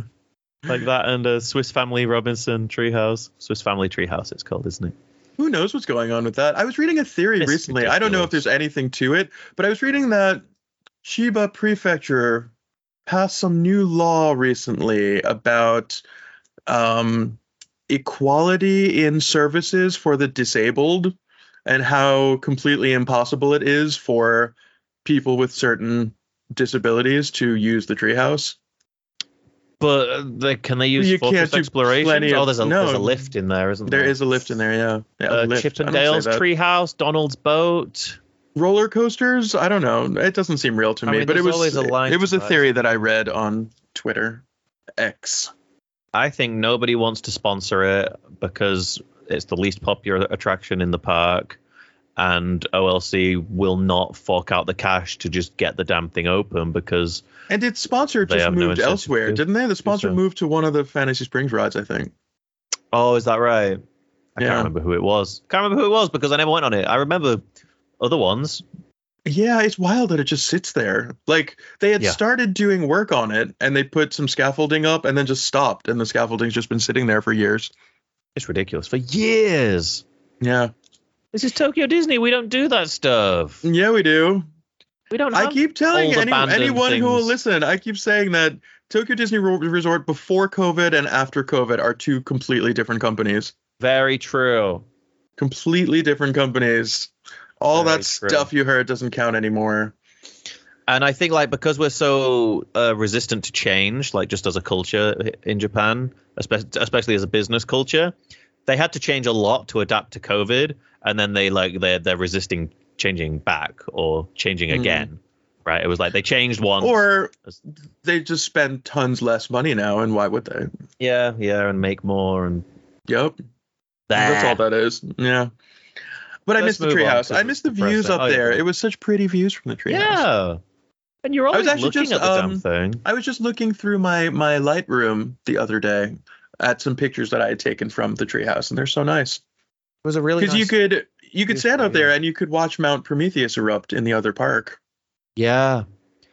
B: Like that and uh, Swiss Family Robinson Treehouse. Swiss Family Treehouse, it's called, isn't it?
C: Who knows what's going on with that? I was reading a theory
B: It's
C: recently. I don't know if
B: ridiculous.
C: there's anything to it, but I was reading that Shiba Prefecture passed some new law recently about um, equality in services for the disabled and how completely impossible it is for people with certain disabilities to use the treehouse.
B: But uh, they, can they use
C: You can't
B: fortress
C: do
B: exploration?
C: plenty of-
B: Oh, there's a,
C: no.
B: there's a lift in there, isn't there?
C: There is a lift in there, yeah. yeah
B: uh,
C: lift. I don't say
B: Chippendale's
C: that.
B: Treehouse, Donald's Boat.
C: roller coasters i don't know it doesn't seem real to
B: I
C: me
B: mean,
C: but it
B: there's
C: was
B: always a line
C: it was
B: to
C: a
B: that.
C: theory that i read on twitter x
B: I think nobody wants to sponsor it because it's the least popular attraction in the park. and OLC will not fork out the cash to just get the damn thing open because
C: And its sponsor
B: They
C: just
B: have no
C: moved
B: incentive
C: elsewhere,
B: to.
C: didn't they? The sponsor
B: so.
C: moved to one of the Fantasy Springs rides, I think.
B: oh, is that right? I
C: Yeah.
B: can't remember who it was. Can't remember who it was because I never went on it. I remember other ones.
C: Yeah, it's wild that it just sits there. Like they had
B: Yeah.
C: started doing work on it and they put some scaffolding up and then just stopped and the scaffolding's just been sitting there for years.
B: It's ridiculous for years.
C: Yeah.
B: This is Tokyo Disney. We don't do that stuff.
C: Yeah, we do.
B: We don't.
C: I
B: Have,
C: keep telling
B: old
C: any,
B: abandoned
C: anyone who will
B: things.
C: listen, I keep saying that Tokyo Disney Ro- Resort before COVID and after COVID are two completely different companies.
B: Very true.
C: Completely different companies. All
B: Very
C: that
B: true.
C: stuff you heard doesn't count anymore.
B: And I think like because we're so uh, resistant to change, like just as a culture in Japan, especially especially as a business culture, they had to change a lot to adapt to COVID, and then they like they're they're resisting changing back or changing
C: Mm.
B: again, right? It was like they changed once,
C: Or they just spend tons less money now, and why would they?
B: yeah, yeah, and make more and
C: Yep. That's all that is. Yeah. But I
B: Let's
C: missed the
B: move on,
C: treehouse.
B: 'cause
C: I
B: it's
C: missed the views
B: depressing.
C: up
B: Oh, yeah.
C: there. It was such pretty views from the treehouse.
B: Yeah, and you're
C: was
B: always
C: actually
B: looking
C: just,
B: at the
C: um,
B: damn thing.
C: I was just looking through my my light room the other day at some pictures that I had taken from the treehouse, and they're so nice.
B: It was a really
C: Because you could you could
B: Yes,
C: stand up
B: yeah.
C: there and you could watch Mount Prometheus erupt in the other park.
B: yeah.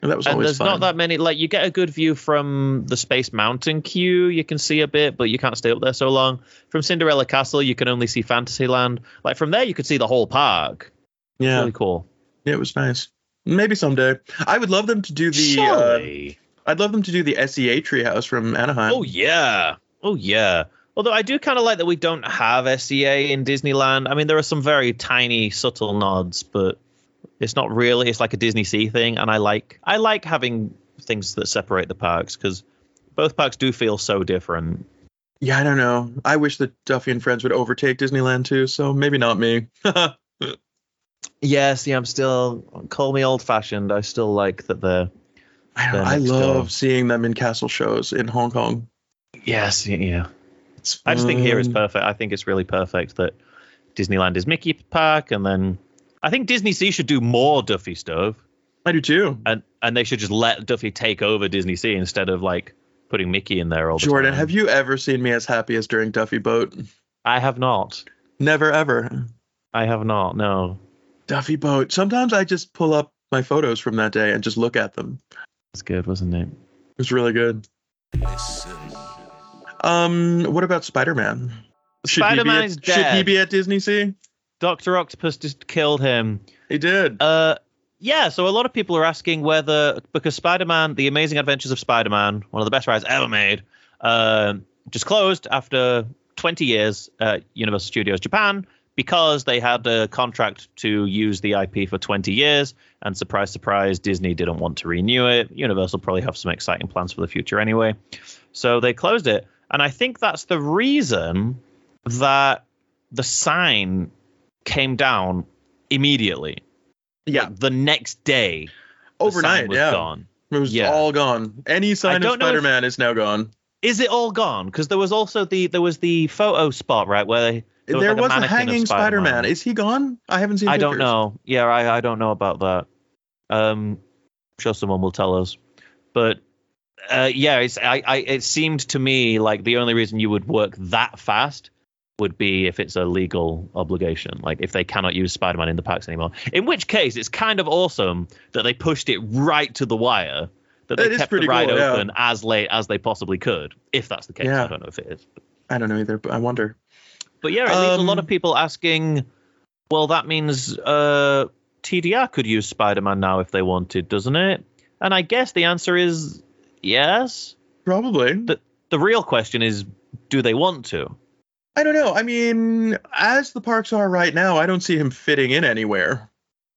C: And that was
B: and
C: always
B: there's
C: fun.
B: not that many like you get a good view from the space mountain queue you can see a bit but you can't stay up there so long from cinderella castle you can only see fantasyland like from there you could see the whole park
C: yeah,
B: really cool
C: yeah, it was nice. Maybe someday. I would love them to do the. Uh,
B: Surely.
C: I'd love them to do the SEA treehouse from Anaheim.
B: oh yeah oh yeah although i do kind of like that we don't have sea in disneyland i mean there are some very tiny subtle nods but it's not really it's like a disney sea thing and i like i like having things that separate the parks because both parks do feel so different
C: Yeah, I don't know. I wish that Duffy and Friends would overtake Disneyland too. So maybe not me. <laughs>
B: Yeah, see, I'm still call me old fashioned. I still like that they're
C: I,
B: They're
C: don't, I
B: next
C: love
B: door.
C: seeing them in castle shows in Hong Kong. Mm.
B: yes, y- yeah.
C: It's
B: I just think here is
C: fun.
B: perfect. I think it's really perfect that Disneyland is Mickey Park, and then I think Disney Sea should do more Duffy stuff,
C: I do too.
B: and and they should just let Duffy take over Disney Sea instead of like putting Mickey in there all the
C: Jordan,
B: time.
C: have you ever seen me as happy as during Duffy Boat?
B: I have not.
C: Never ever.
B: I have not. No,
C: Duffy Boat. Sometimes I just pull up my photos from that day and just look at them.
B: it's good, wasn't it?
C: It's really good.
A: Listen.
C: Um, what about Spider Man?
B: Spider-Man is
C: Should he
B: dead.
C: be at Disney Sea?
B: Doctor Octopus just killed him.
C: He did.
B: Uh, yeah, so a lot of people are asking whether because Spider-Man: The Amazing Adventures of Spider-Man, one of the best rides ever made, uh, just closed after 20 years at Universal Studios Japan because they had a contract to use the IP for 20 years, and surprise, surprise, Disney didn't want to renew it. Universal probably have some exciting plans for the future anyway, so they closed it, and I think that's the reason that the sign came down immediately
C: yeah,
B: like, the next day the sign
C: overnight.
B: was
C: Yeah,
B: gone
C: it was
B: Yeah.
C: all gone. Any sign of
B: don't know if-
C: Spider Man is now gone.
B: is it all gone because there was also the there was the photo spot right where they,
C: There,
B: was, like,
C: was a
B: mannequin of
C: hanging Spider
B: Spider-Man.
C: Man. Is he gone? I haven't seen.
B: i don't
C: pictures.
B: know yeah I, I don't know about that um I'm sure someone will tell us but uh yeah it's I, I it seemed to me like the only reason you would work that fast would be if it's a legal obligation like if they cannot use spider-man in the parks anymore in which case it's kind of awesome that they pushed it right to the wire that they
C: That is
B: kept
C: pretty
B: the ride
C: cool, yeah.
B: open as late as they possibly could if that's the case
C: Yeah.
B: i don't know if it is
C: I don't know either, but I wonder.
B: but yeah, it leaves a lot
C: Um,
B: of people asking. Well, that means uh, TDR could use Spider-Man now if they wanted, doesn't it? And I guess the answer is yes.
C: Probably.
B: The real question is, do they want to?
C: I don't know. I mean, as the parks are right now, I don't see him fitting in anywhere.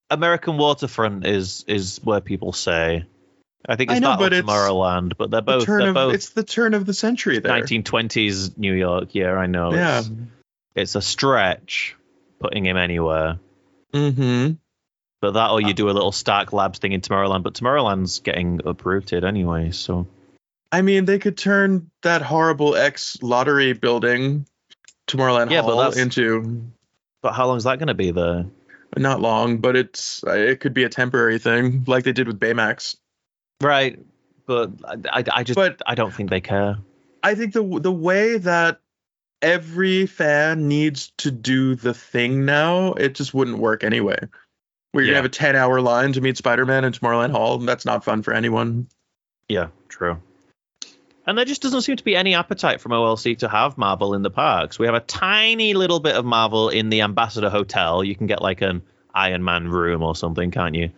B: American Waterfront is is where people say. I think
C: I
B: it's
C: know,
B: that or
C: but it's
B: Tomorrowland, but they're
C: The
B: both
C: turn
B: they're
C: of,
B: both
C: it's the turn of the century there.
B: 1920s New York. Yeah, I know.
C: yeah.
B: It's, it's a stretch putting him anywhere.
C: Mm-hmm.
B: But that,
C: Ah.
B: or you do a little Stark Labs thing in Tomorrowland. But Tomorrowland's getting uprooted anyway, so
C: I mean, they could turn that horrible ex lottery building, Tomorrowland
B: Yeah, but
C: Hall,
B: that's-
C: into
B: But how long is that going to be there?
C: Not long, but it's uh, it could be a temporary thing, like they did with Baymax.
B: right? But I, I, I just
C: But-
B: I don't think they care.
C: I think the the way that every fan needs to do the thing now, it just wouldn't work anyway. We're
B: Yeah.
C: gonna have a ten hour line to meet Spider Man in Tomorrowland Hall, and that's not fun for anyone.
B: Yeah, true. And there just doesn't seem to be any appetite from OLC to have Marvel in the parks. We have a tiny little bit of Marvel in the Ambassador Hotel. You can get like an Iron Man room or something, can't you?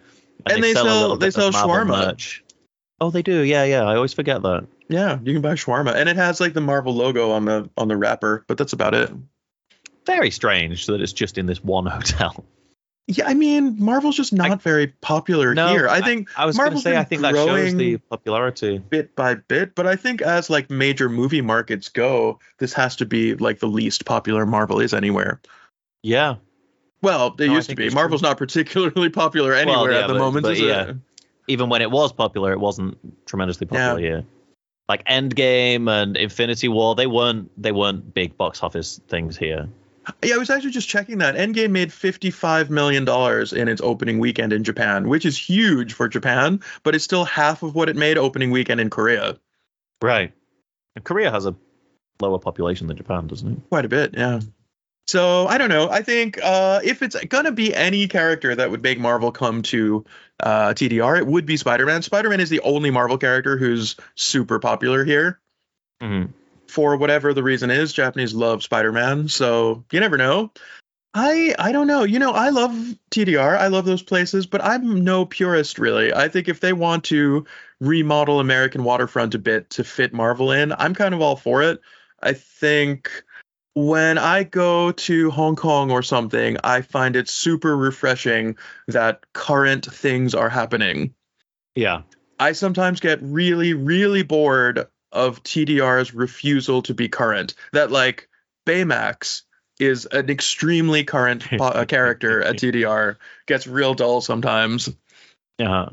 C: And they
B: a
C: sell-
B: little
C: they
B: bit
C: sell
B: of Marvel
C: shawarma.
B: merch. Oh, they do. Yeah, yeah. I always forget that.
C: Yeah, you can buy shawarma, and it has like the Marvel logo on the on the wrapper, but that's about it.
B: Very strange that it's just in this one <laughs> hotel.
C: Yeah, I mean, Marvel's just not very popular
B: No,
C: here. I think
B: I was going to
C: Marvel's
B: say
C: been
B: I think that shows
C: growing-
B: the popularity.
C: bit by bit, but I think as like major movie markets go, this has to be like the least popular Marvel is anywhere.
B: Yeah.
C: Well, they
B: No, I
C: used to
B: think
C: be.
B: it's
C: Marvel's not particularly <laughs> popular anywhere
B: yeah,
C: at the
B: but-
C: moment.
B: but
C: is it?
B: yeah. even when it was popular, it wasn't tremendously popular here. Like Endgame and Infinity War, they weren't they weren't big box office things here.
C: Yeah, I was actually just checking that. Endgame made $55 million in its opening weekend in Japan, which is huge for Japan, but it's still half of what it made opening weekend in Korea.
B: Right. And Korea has a lower population than Japan, doesn't it?
C: Quite a bit, yeah. So I don't know. I think uh, if it's gonna be any character that would make Marvel come to uh, TDR, it would be Spider-Man. Spider-Man is the only Marvel character who's super popular here.
B: Mhm.
C: for whatever the reason is, Japanese love Spider-Man, so you never know. I I don't know. You know, I love TDR. I love those places, but I'm no purist really. I think if they want to remodel American waterfront a bit to fit Marvel in, I'm kind of all for it. I think when I go to Hong Kong or something, I find it super refreshing that current things are happening.
B: Yeah.
C: I sometimes get really, really bored of TDR's refusal to be current. That like Baymax is an extremely current po- uh, character at TDR. Gets real dull sometimes.
B: Yeah.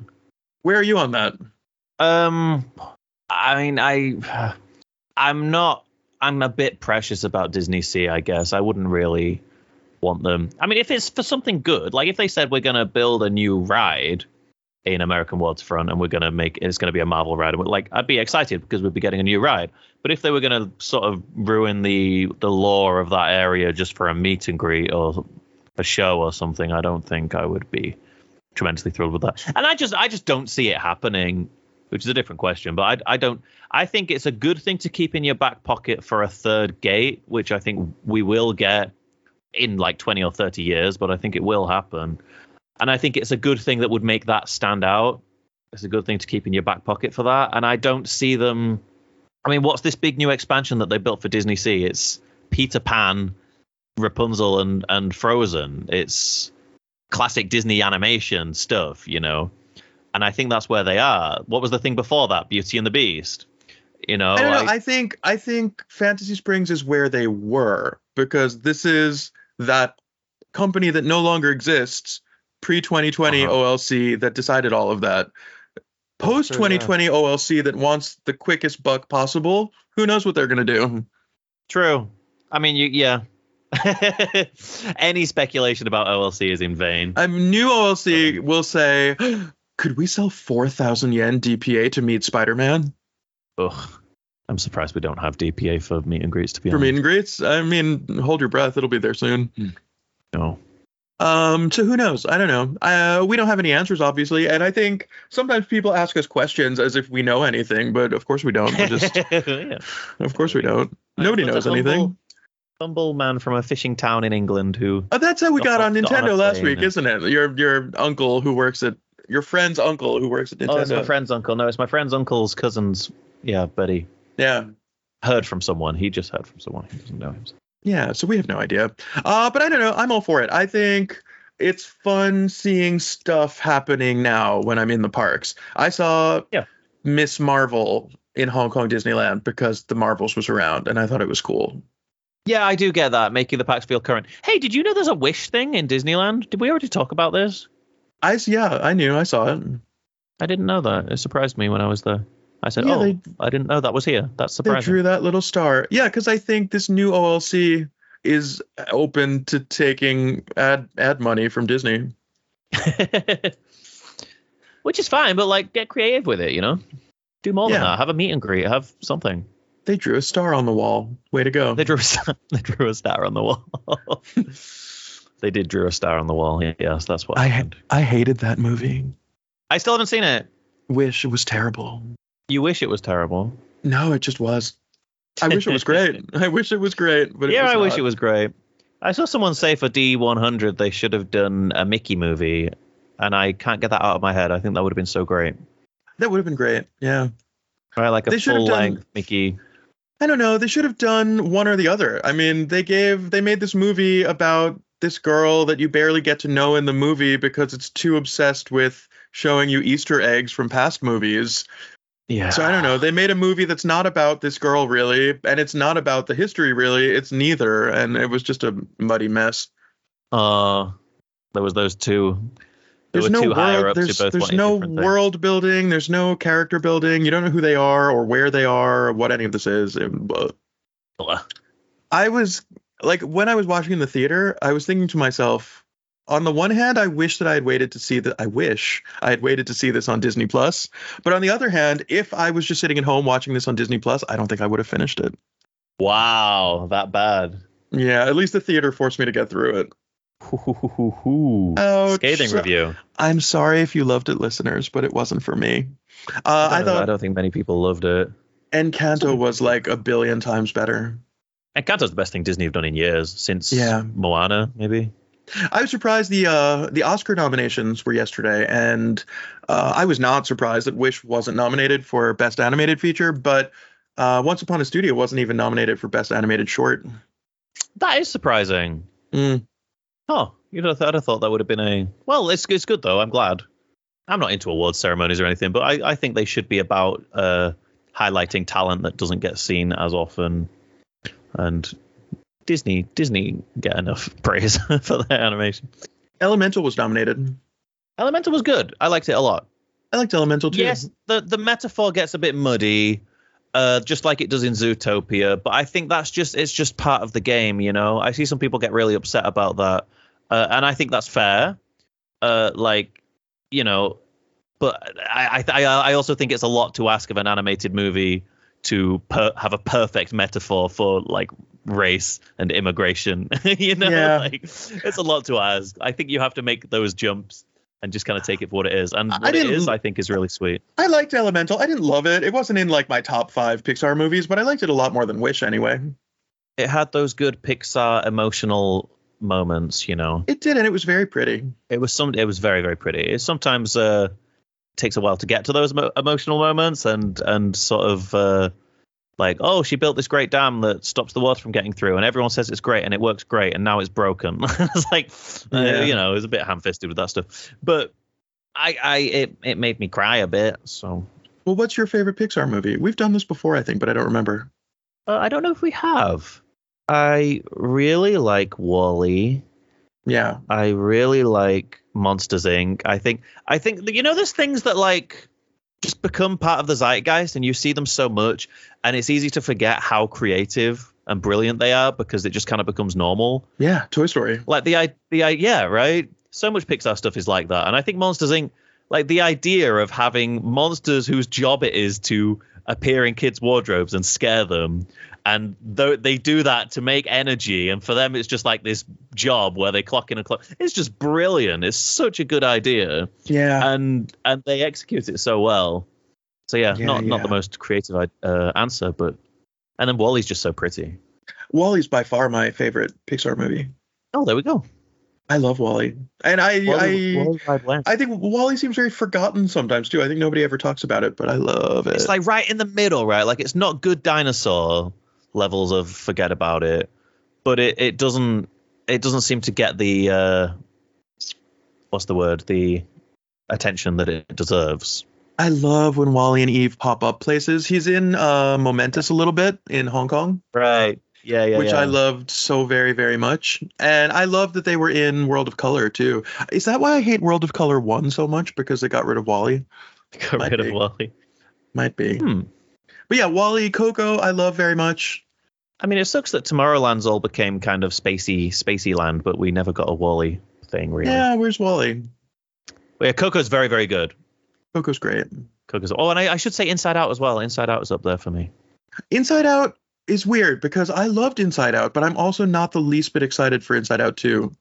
C: Where are you on that?
B: Um I mean I I'm not I'm a bit precious about Disney Sea, I guess. I wouldn't really want them. I mean if it's for something good, like if they said we're gonna build a new ride in American Waterfront and we're gonna make it's gonna be a Marvel ride, and like I'd be excited because we'd be getting a new ride. But if they were gonna sort of ruin the the lore of that area just for a meet and greet or a show or something, I don't think I would be tremendously thrilled with that. And I just I just don't see it happening, which is a different question. But I I don't I think it's a good thing to keep in your back pocket for a third gate, which I think we will get in like 20 or 30 years, but I think it will happen. And I think it's a good thing that would make that stand out. It's a good thing to keep in your back pocket for that. And I don't see them I mean, what's this big new expansion that they built for Disney Sea? It's Peter Pan, Rapunzel and and Frozen. It's classic Disney animation stuff, you know. And I think that's where they are. What was the thing before that? Beauty and the Beast. You know,
C: I don't know.
B: like-
C: I think I think Fantasy Springs is where they were because this is that company that no longer exists pre 2020
B: Uh-huh.
C: OLC that decided all of that. Post 2020 OLC that wants the quickest buck possible. Who knows what they're gonna do?
B: True. I mean, you yeah. <laughs> Any speculation about OLC is in vain.
C: A new OLC will say, <gasps> could we sell 4,000 yen DPA to meet Spider Man
B: Ugh. I'm surprised we don't have DPA for meet and greets. To be
C: for
B: honest,
C: meet and greets? I mean, hold your breath. It'll be there soon.
B: no.
C: Um, so who knows? I don't know. Uh, we don't have any answers, obviously. And I think sometimes people ask us questions as if we know anything, but of course we don't. We're
B: <laughs>
C: just,
B: Yeah.
C: of course we don't. Nobody
B: That's
C: knows
B: a humble-
C: anything.
B: Humble man from a fishing town in England who.
C: Oh, that's how we got on
B: Got on a
C: Nintendo last
B: plane
C: week,
B: and-
C: isn't it? Your your uncle who works at your friend's uncle who works at
B: Oh, it's my
C: Nintendo.
B: friend's uncle. No, it's my friend's uncle's cousin's. Yeah, buddy.
C: yeah.
B: Heard from someone. He just heard from someone. He doesn't know him.
C: Yeah, so we have no idea. Uh, but I don't know. I'm all for it. I think it's fun seeing stuff happening now when I'm in the parks. I saw
B: Yeah.
C: Miss Marvel in Hong Kong Disneyland because the Marvels was around and I thought it was cool.
B: Yeah, I do get that. Making the packs feel current. Hey, did you know there's a wish thing in Disneyland? Did we already talk about this?
C: I s- yeah, I knew. I saw it.
B: I didn't know that. It surprised me when I was there. I said,
C: Yeah,
B: "Oh,
C: they-
B: I didn't know that was here." That's
C: They
B: surprising.
C: drew that little star. Yeah, cuz I think this new OLC is open to taking ad ad money from Disney.
B: <laughs> Which is fine, but like get creative with it, you know? Do more than
C: Yeah.
B: that. Have a meet and greet, have something.
C: They drew a star on the wall. Way to go.
B: They drew a star, <laughs> they drew a star on the wall. <laughs> they did drew a star on the wall. Yes, that's what
C: I
B: happened.
C: I hated that movie.
B: I still haven't seen it.
C: Wish it was terrible.
B: You wish it was terrible.
C: No, it just was. I wish
B: <laughs>
C: it was great. I wish it was great, but it
B: yeah,
C: was
B: I wish
C: not.
B: it was great. I saw someone say for D100 they should have done a Mickey movie, and I can't get that out of my head. I think that would have been so great.
C: That would have been great. Yeah.
B: Right, like a
C: They should have
B: full
C: done-
B: length Mickey.
C: I don't know. They should have done one or the other. I mean, they gave they made this movie about this girl that you barely get to know in the movie because it's too obsessed with showing you Easter eggs from past movies.
B: Yeah.
C: So I don't know. They made a movie that's not about this girl really, and it's not about the history really. It's neither, and it was just a muddy mess.
B: Uh, there was those two. There
C: There's
B: were
C: no
B: two higher
C: world.
B: ups who
C: There's,
B: both
C: there's
B: wanted
C: no
B: different things.
C: world building. There's no character building. You don't know who they are or where they are or what any of this is. It- blah.
B: Blah.
C: I was like when I was watching in the theater, I was thinking to myself, on the one hand, I wish that I had waited to see that I wish I had waited to see this on Disney Plus. But on the other hand, if I was just sitting at home watching this on Disney Plus, I don't think I would have finished it.
B: Wow, that bad.
C: Yeah, at least the theater forced me to get through it. Ouch.
B: Scathing review.
C: I'm sorry if you loved it, listeners, but it wasn't for me. Uh, I,
B: I don't, know, I
C: thought
B: don't think many people loved it.
C: Encanto was like a billion times better.
B: Encanto's the best thing Disney have done in years since
C: Yeah.
B: Moana, maybe.
C: I was surprised the uh, the Oscar nominations were yesterday, and uh, I was not surprised that Wish wasn't nominated for Best Animated Feature, but uh, Once Upon a Studio wasn't even nominated for Best Animated Short.
B: That is surprising.
C: Mm.
B: Oh, you'd have, I'd have thought that would have been a. Well, it's it's good though. I'm glad. I'm not into award ceremonies or anything, but I, I think they should be about uh, highlighting talent that doesn't get seen as often, and Disney Disney get enough <laughs> praise for their animation.
C: Elemental was nominated.
B: Elemental was good. I liked it a lot.
C: I liked Elemental too.
B: Yes, the the metaphor gets a bit muddy, uh, just like it does in Zootopia. But I think that's just it's just part of the game, you know. I see some people get really upset about that, uh, and I think that's fair. Uh, like, you know, but I I I I also think it's a lot to ask of an animated movie to per- have a perfect metaphor for like race and immigration. <laughs> you know,
C: Yeah.
B: like it's a lot to ask. I think you have to make those jumps. And just kind of take it for what it is, and
C: I- I
B: what it
C: didn't-
B: is, I think, is really sweet.
C: I liked Elemental. I didn't love it. It wasn't in like my top five Pixar movies, but I liked it a lot more than Wish anyway.
B: it had those good Pixar emotional moments, you know.
C: It did, and it was very pretty.
B: It was some it was very very pretty. It sometimes uh takes a while to get to those emo- emotional moments and and sort of uh like oh she built this great dam that stops the water from getting through and everyone says it's great and it works great and now it's broken. <laughs> it's like uh,
C: Yeah.
B: you know, it was a bit ham-fisted with that stuff. But I I it it made me cry a bit, so
C: Well, what's your favorite Pixar movie? We've done this before, I think, but I don't remember.
B: uh, I don't know if we have. I really like Wally.
C: Yeah.
B: I really like Monsters Inc. I think I think you know there's things that like just become part of the zeitgeist and you see them so much and it's easy to forget how creative and brilliant they are because it just kind of becomes normal.
C: Yeah. Toy Story.
B: Like the i- the i- yeah, right? So much Pixar stuff is like that. And I think Monsters Inc like the idea of having monsters whose job it is to appear in kids' wardrobes and scare them and though they do that to make energy and for them it's just like this job where they clock in and clock it's just brilliant it's such a good idea
C: Yeah.
B: and and they execute it so well so yeah,
C: Yeah,
B: not not
C: yeah.
B: the most creative uh, answer but and then wally's just so pretty
C: Wally's by far my favorite Pixar movie.
B: oh there we go
C: I love Wally, and I
B: Wall-E-
C: I
B: Wall-E Wide West.
C: I think Wally seems very forgotten sometimes too. I think nobody ever talks about it, but I love it.
B: it's like right in the middle, right? Like it's not good dinosaur levels of forget about it, but it, it doesn't it doesn't seem to get the uh, what's the word the attention that it deserves.
C: I love when Wally and Eve pop up places. He's in uh, Momentous a little bit in Hong Kong,
B: Right. Yeah. Yeah.
C: which I loved so very very much, and I love that they were in World of Color too. Is that why I hate World of Color one so much because they got rid of Wally?
B: Got
C: might
B: rid of
C: be.
B: Wally.
C: Might be,
B: Hmm.
C: but yeah, Wally Coco I love very much.
B: I mean, it sucks that Tomorrowland's all became kind of spacey, spacey land, but we never got a Wally thing really.
C: Yeah, where's Wally?
B: But yeah, Coco's very, very good.
C: Coco's great.
B: Coco's. Oh, and I, I should say Inside Out as well. Inside Out is up there for me.
C: Inside Out is weird because I loved Inside Out, but I'm also not the least bit excited for Inside Out 2.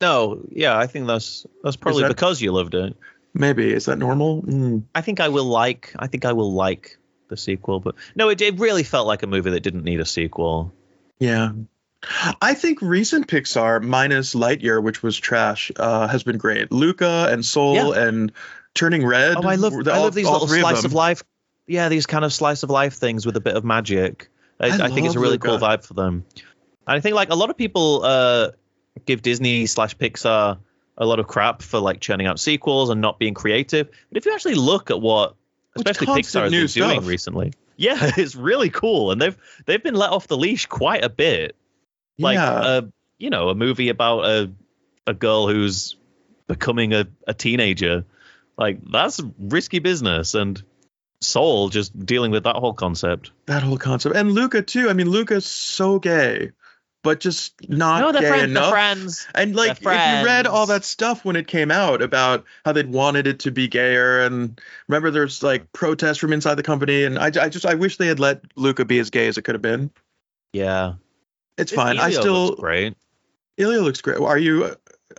B: No, yeah, I think that's that's probably
C: that-
B: because you loved it.
C: Maybe is that normal? Mm.
B: I think I will like. I think I will like the sequel, but no, it, it really felt like a movie that didn't need a sequel.
C: Yeah. I think recent Pixar minus Lightyear, which was trash, uh, has been great. Luca and Soul and Turning Red.
B: Oh, I love.
C: were-
B: I
C: all-
B: love these
C: all
B: little
C: three
B: slice
C: them.
B: of life. Yeah, these kind of slice of life things with a bit of magic. I,
C: I
B: I, think it's a
C: love
B: really cool
C: Luca.
B: vibe for them. And I think like a lot of people uh, give Disney slash Pixar a lot of crap for like churning out sequels and not being creative. But if you actually look at what
C: It's
B: especially Pixar
C: constant
B: has
C: new
B: been doing
C: stuff.
B: recently, <laughs> yeah, it's really cool. And they've they've been let off the leash quite a bit like
C: yeah.
B: uh you know a movie about a a girl who's becoming a, a teenager like that's risky business and soul just dealing with that whole concept
C: that whole concept and Luca too. I mean, Luca's so gay, but just not
B: no they're,
C: gay
B: friends,
C: enough.
B: they're friends
C: And like, if you
B: They're
C: read all
B: friends.
C: that stuff when it came out about how they'd wanted it to be gayer, and remember there's like protests from inside the company, and I, I just I wish they had let Luca be as gay as it could have been.
B: yeah
C: It's fine. I
B: Elio
C: still
B: looks great
C: Ilio looks great. Are you uh,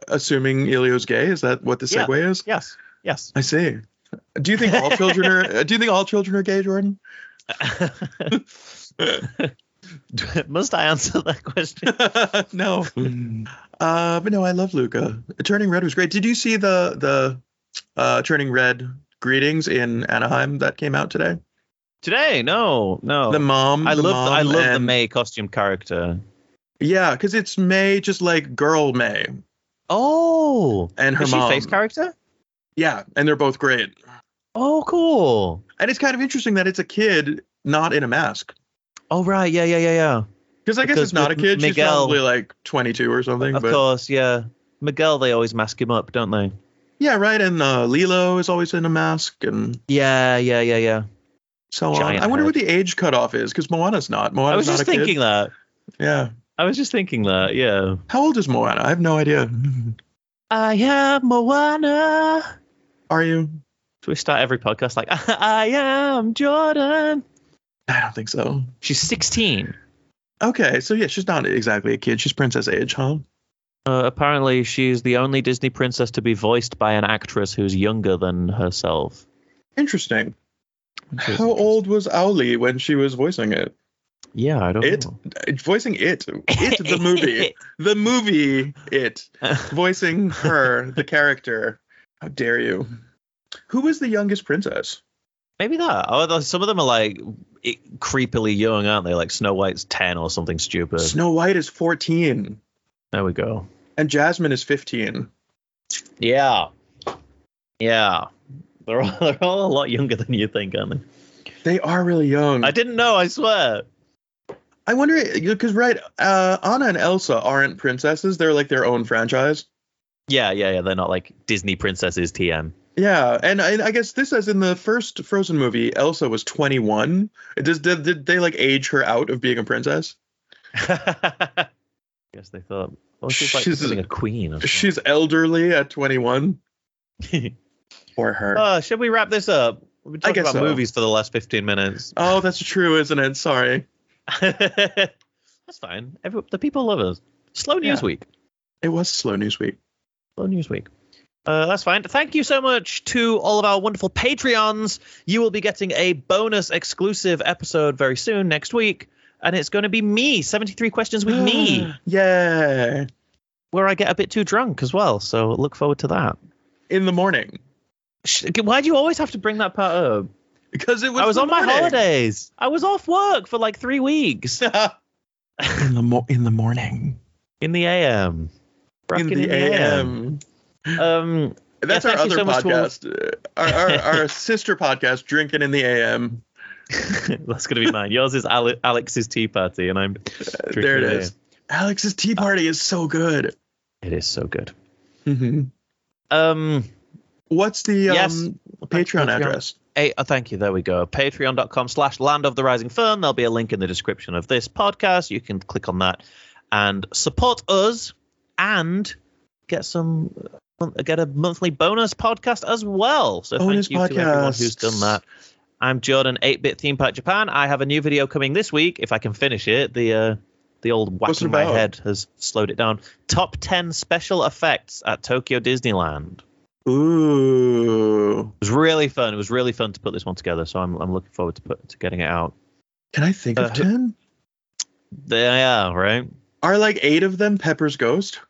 C: assuming Ilio's gay? Is that what the
B: Yeah.
C: segue is?
B: yes yes
C: I see. Do you think all children are? Do you think all children are
B: <laughs>
C: gay, Jordan?
B: <laughs> must i answer that question
C: no. Uh, but no, I love Luca. Turning Red was great. Did you see the the uh, Turning Red greetings in Anaheim that came out today?
B: <laughs> today no no
C: The mom.
B: Oh, i
C: the
B: love
C: mom
B: i love the
C: and-
B: may costume character
C: Yeah, because it's May, just like girl May,
B: oh
C: and her
B: is she
C: mom.
B: face character
C: yeah, and they're both great.
B: oh cool
C: And it's kind of interesting that it's a kid not in a mask.
B: oh right yeah yeah yeah yeah
C: Because I guess
B: Because
C: it's not a
B: with
C: kid. She's
B: Miguel-
C: probably like 22 or something.
B: Of
C: but
B: course, yeah. Miguel, they always mask him up, don't they?
C: yeah, right. And uh, Lilo is always in a mask and
B: Yeah, yeah, yeah, yeah.
C: so on.
B: Giant
C: I wonder what the age cutoff is because Moana's not. Moana's
B: I was
C: not
B: just
C: a kid.
B: thinking that.
C: Yeah.
B: I was just thinking that. Yeah.
C: How old is Moana? I have no idea. <laughs>
B: I am Moana.
C: Are you?
B: Do we start every podcast like <laughs> I am Jordan?
C: I don't think so.
B: She's 16.
C: Okay, so yeah, she's not exactly a kid. She's princess age, huh?
B: Uh, apparently, she's the only Disney princess to be voiced by an actress who's younger than herself.
C: Interesting.
B: Which is
C: How
B: interesting.
C: old was Owlie when she was voicing it?
B: Yeah, I don't
C: It?
B: know.
C: Uh, Voicing it. It, the movie. the movie, it. Voicing her, the character. How dare you? Who was the youngest princess?
B: <laughs> Maybe that. Although some of them are like it, creepily young, aren't they? Like Snow White's 10 or something stupid.
C: Snow White is 14
B: There we go.
C: and Jasmine is 15.
B: Yeah. Yeah. They're all, <laughs> they're all a lot younger than you think, aren't they?
C: They are really young.
B: I
C: I,
B: didn't know, I swear.
C: wonder because right, uh, Anna and Elsa aren't princesses. They're like their own franchise.
B: Yeah, yeah, yeah. They're not like Disney princesses
C: <laughs>
B: TM.
C: Yeah, and I, I guess this as in the first Frozen movie, Elsa was 21. Does did, did they like age her out of being a princess?
B: Guess they thought, well, she's like
C: She's-
B: being a queen. Or something.
C: She's elderly at 21.
B: <laughs>
C: Or her.
B: uh, should we wrap this up? We've been
C: I
B: talking
C: guess
B: about
C: so.
B: movies for the last 15 minutes. <laughs>
C: oh, that's true, isn't it? Sorry.
B: That's fine. Every, the people love us. Slow news
C: Yeah.
B: week.
C: It was slow news week.
B: Hello Newsweek. Uh, that's fine. Thank you so much to all of our wonderful Patreons. You will be getting a bonus exclusive episode very soon next week. And it's going to be me, 73 questions <gasps> with
C: <gasps>
B: me,
C: Yay.
B: where I get a bit too drunk as well. So look forward to that.
C: In the morning.
B: Sh- Why do you always have to bring that part up?
C: Because it was
B: I was
C: the
B: on my
C: morning.
B: holidays. I was off work for like three
C: <laughs>
B: weeks
C: in the mo- in the morning.
B: in the AM. Rocking
C: in the, AM.
B: Um, <laughs>
C: That's
B: Yeah,
C: our
B: thank
C: other
B: you so much for all-
C: podcast. Uh, Our, our,
B: <laughs>
C: our sister podcast, Drinking in the AM.
B: that's going to be mine. Yours is Ale- Alex's Tea Party, and I'm. drinking
C: Uh, there it
B: beer.
C: is. Alex's tea
B: Uh,
C: party is so good.
B: It is so good.
C: hmm
B: Um,
C: What's the
B: Yes.
C: um, Patreon
B: Patreon.
C: address?
B: Hey, oh, thank you. There we go. Patreon.com slash Land of the Rising Firm. There'll be a link in the description of this podcast. You can click on that and support us and get some uh, get a monthly bonus podcast as well. So
C: Bonus
B: thank you to everyone who's
C: podcasts.
B: done that. I'm Jordan, 8-bit theme park Japan. I have a new video coming this week if I can finish it. The uh, the old
C: What's it
B: whacking my
C: about?
B: head has slowed it down. Top 10 special effects at Tokyo Disneyland.
C: Ooh.
B: It was really fun. It was really fun to put this one together. So I'm I'm looking forward to put, to getting it out.
C: Can I think
B: Uh,
C: of ten?
B: There I are, right?
C: Are like eight of them Pepper's Ghost? <laughs>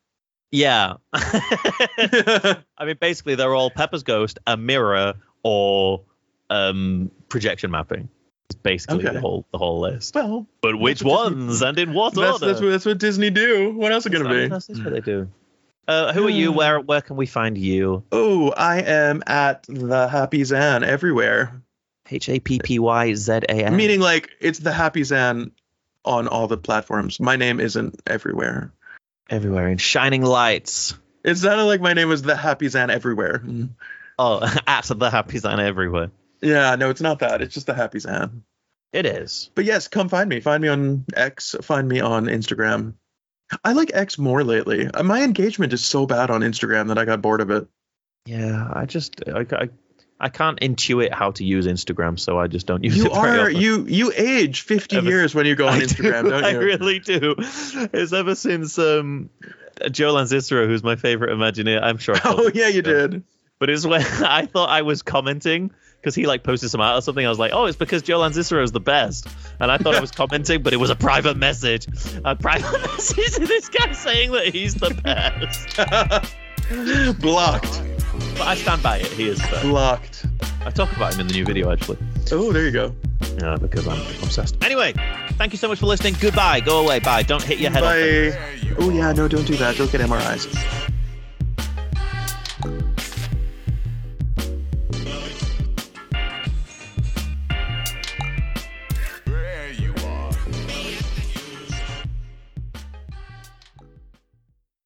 B: Yeah. I mean, basically, they're all Pepper's Ghost, a mirror, or um, projection mapping. It's basically
C: Okay.
B: the whole the whole list.
C: well,
B: But which
C: what Disney-
B: ones and in what
C: that's,
B: order?
C: that's, what, that's what Disney do. What else is it
B: That's-
C: gonna be?
B: That's, that's what they do. Uh, who are you? Where where can we find you?
C: Oh, I am at the Happy Zan everywhere.
B: H a p p y z a n.
C: Meaning like it's the Happy Zan on all the platforms. My name isn't everywhere.
B: everywhere in shining lights.
C: It sounded like my name was the Happy Zan everywhere.
B: Oh, <laughs> at the happy sign everywhere.
C: Yeah, no, it's not that. It's just the Happy Zan.
B: It is.
C: But yes, come find me. Find me on X. Find me on Instagram. I like X more lately. Uh, My engagement is so bad on Instagram that I got bored of it.
B: Yeah, I just I, I, I can't intuit how to use Instagram, so I just don't use
C: You
B: it. very
C: are
B: often.
C: you you age fifty
B: Ever-
C: years when you go on
B: <laughs> I
C: Instagram,
B: do,
C: don't
B: I
C: you?
B: really do. It's ever since um, Joe Lanzisero, who's my favorite Imagineer. I'm sure. I told
C: <laughs> Oh
B: you,
C: yeah, you
B: Yeah.
C: did.
B: But it's when <laughs> I thought I was commenting because he like posted some art or something. I was like, oh, it's because Joe Lanzisero is the best. And I thought
C: <laughs>
B: I was commenting, but it was a private message. A private <laughs> message to this guy saying that he's the
C: <laughs>
B: best.
C: Blocked.
B: But I stand by it. He is the
C: Blocked.
B: I talk about him in the new video actually.
C: Oh, there you go.
B: Yeah, uh, because I'm obsessed. Anyway, thank you so much for listening. Goodbye. Go away. Bye. Don't hit your head off.
C: Bye. Oh yeah, no, don't do that. Don't get MRIs.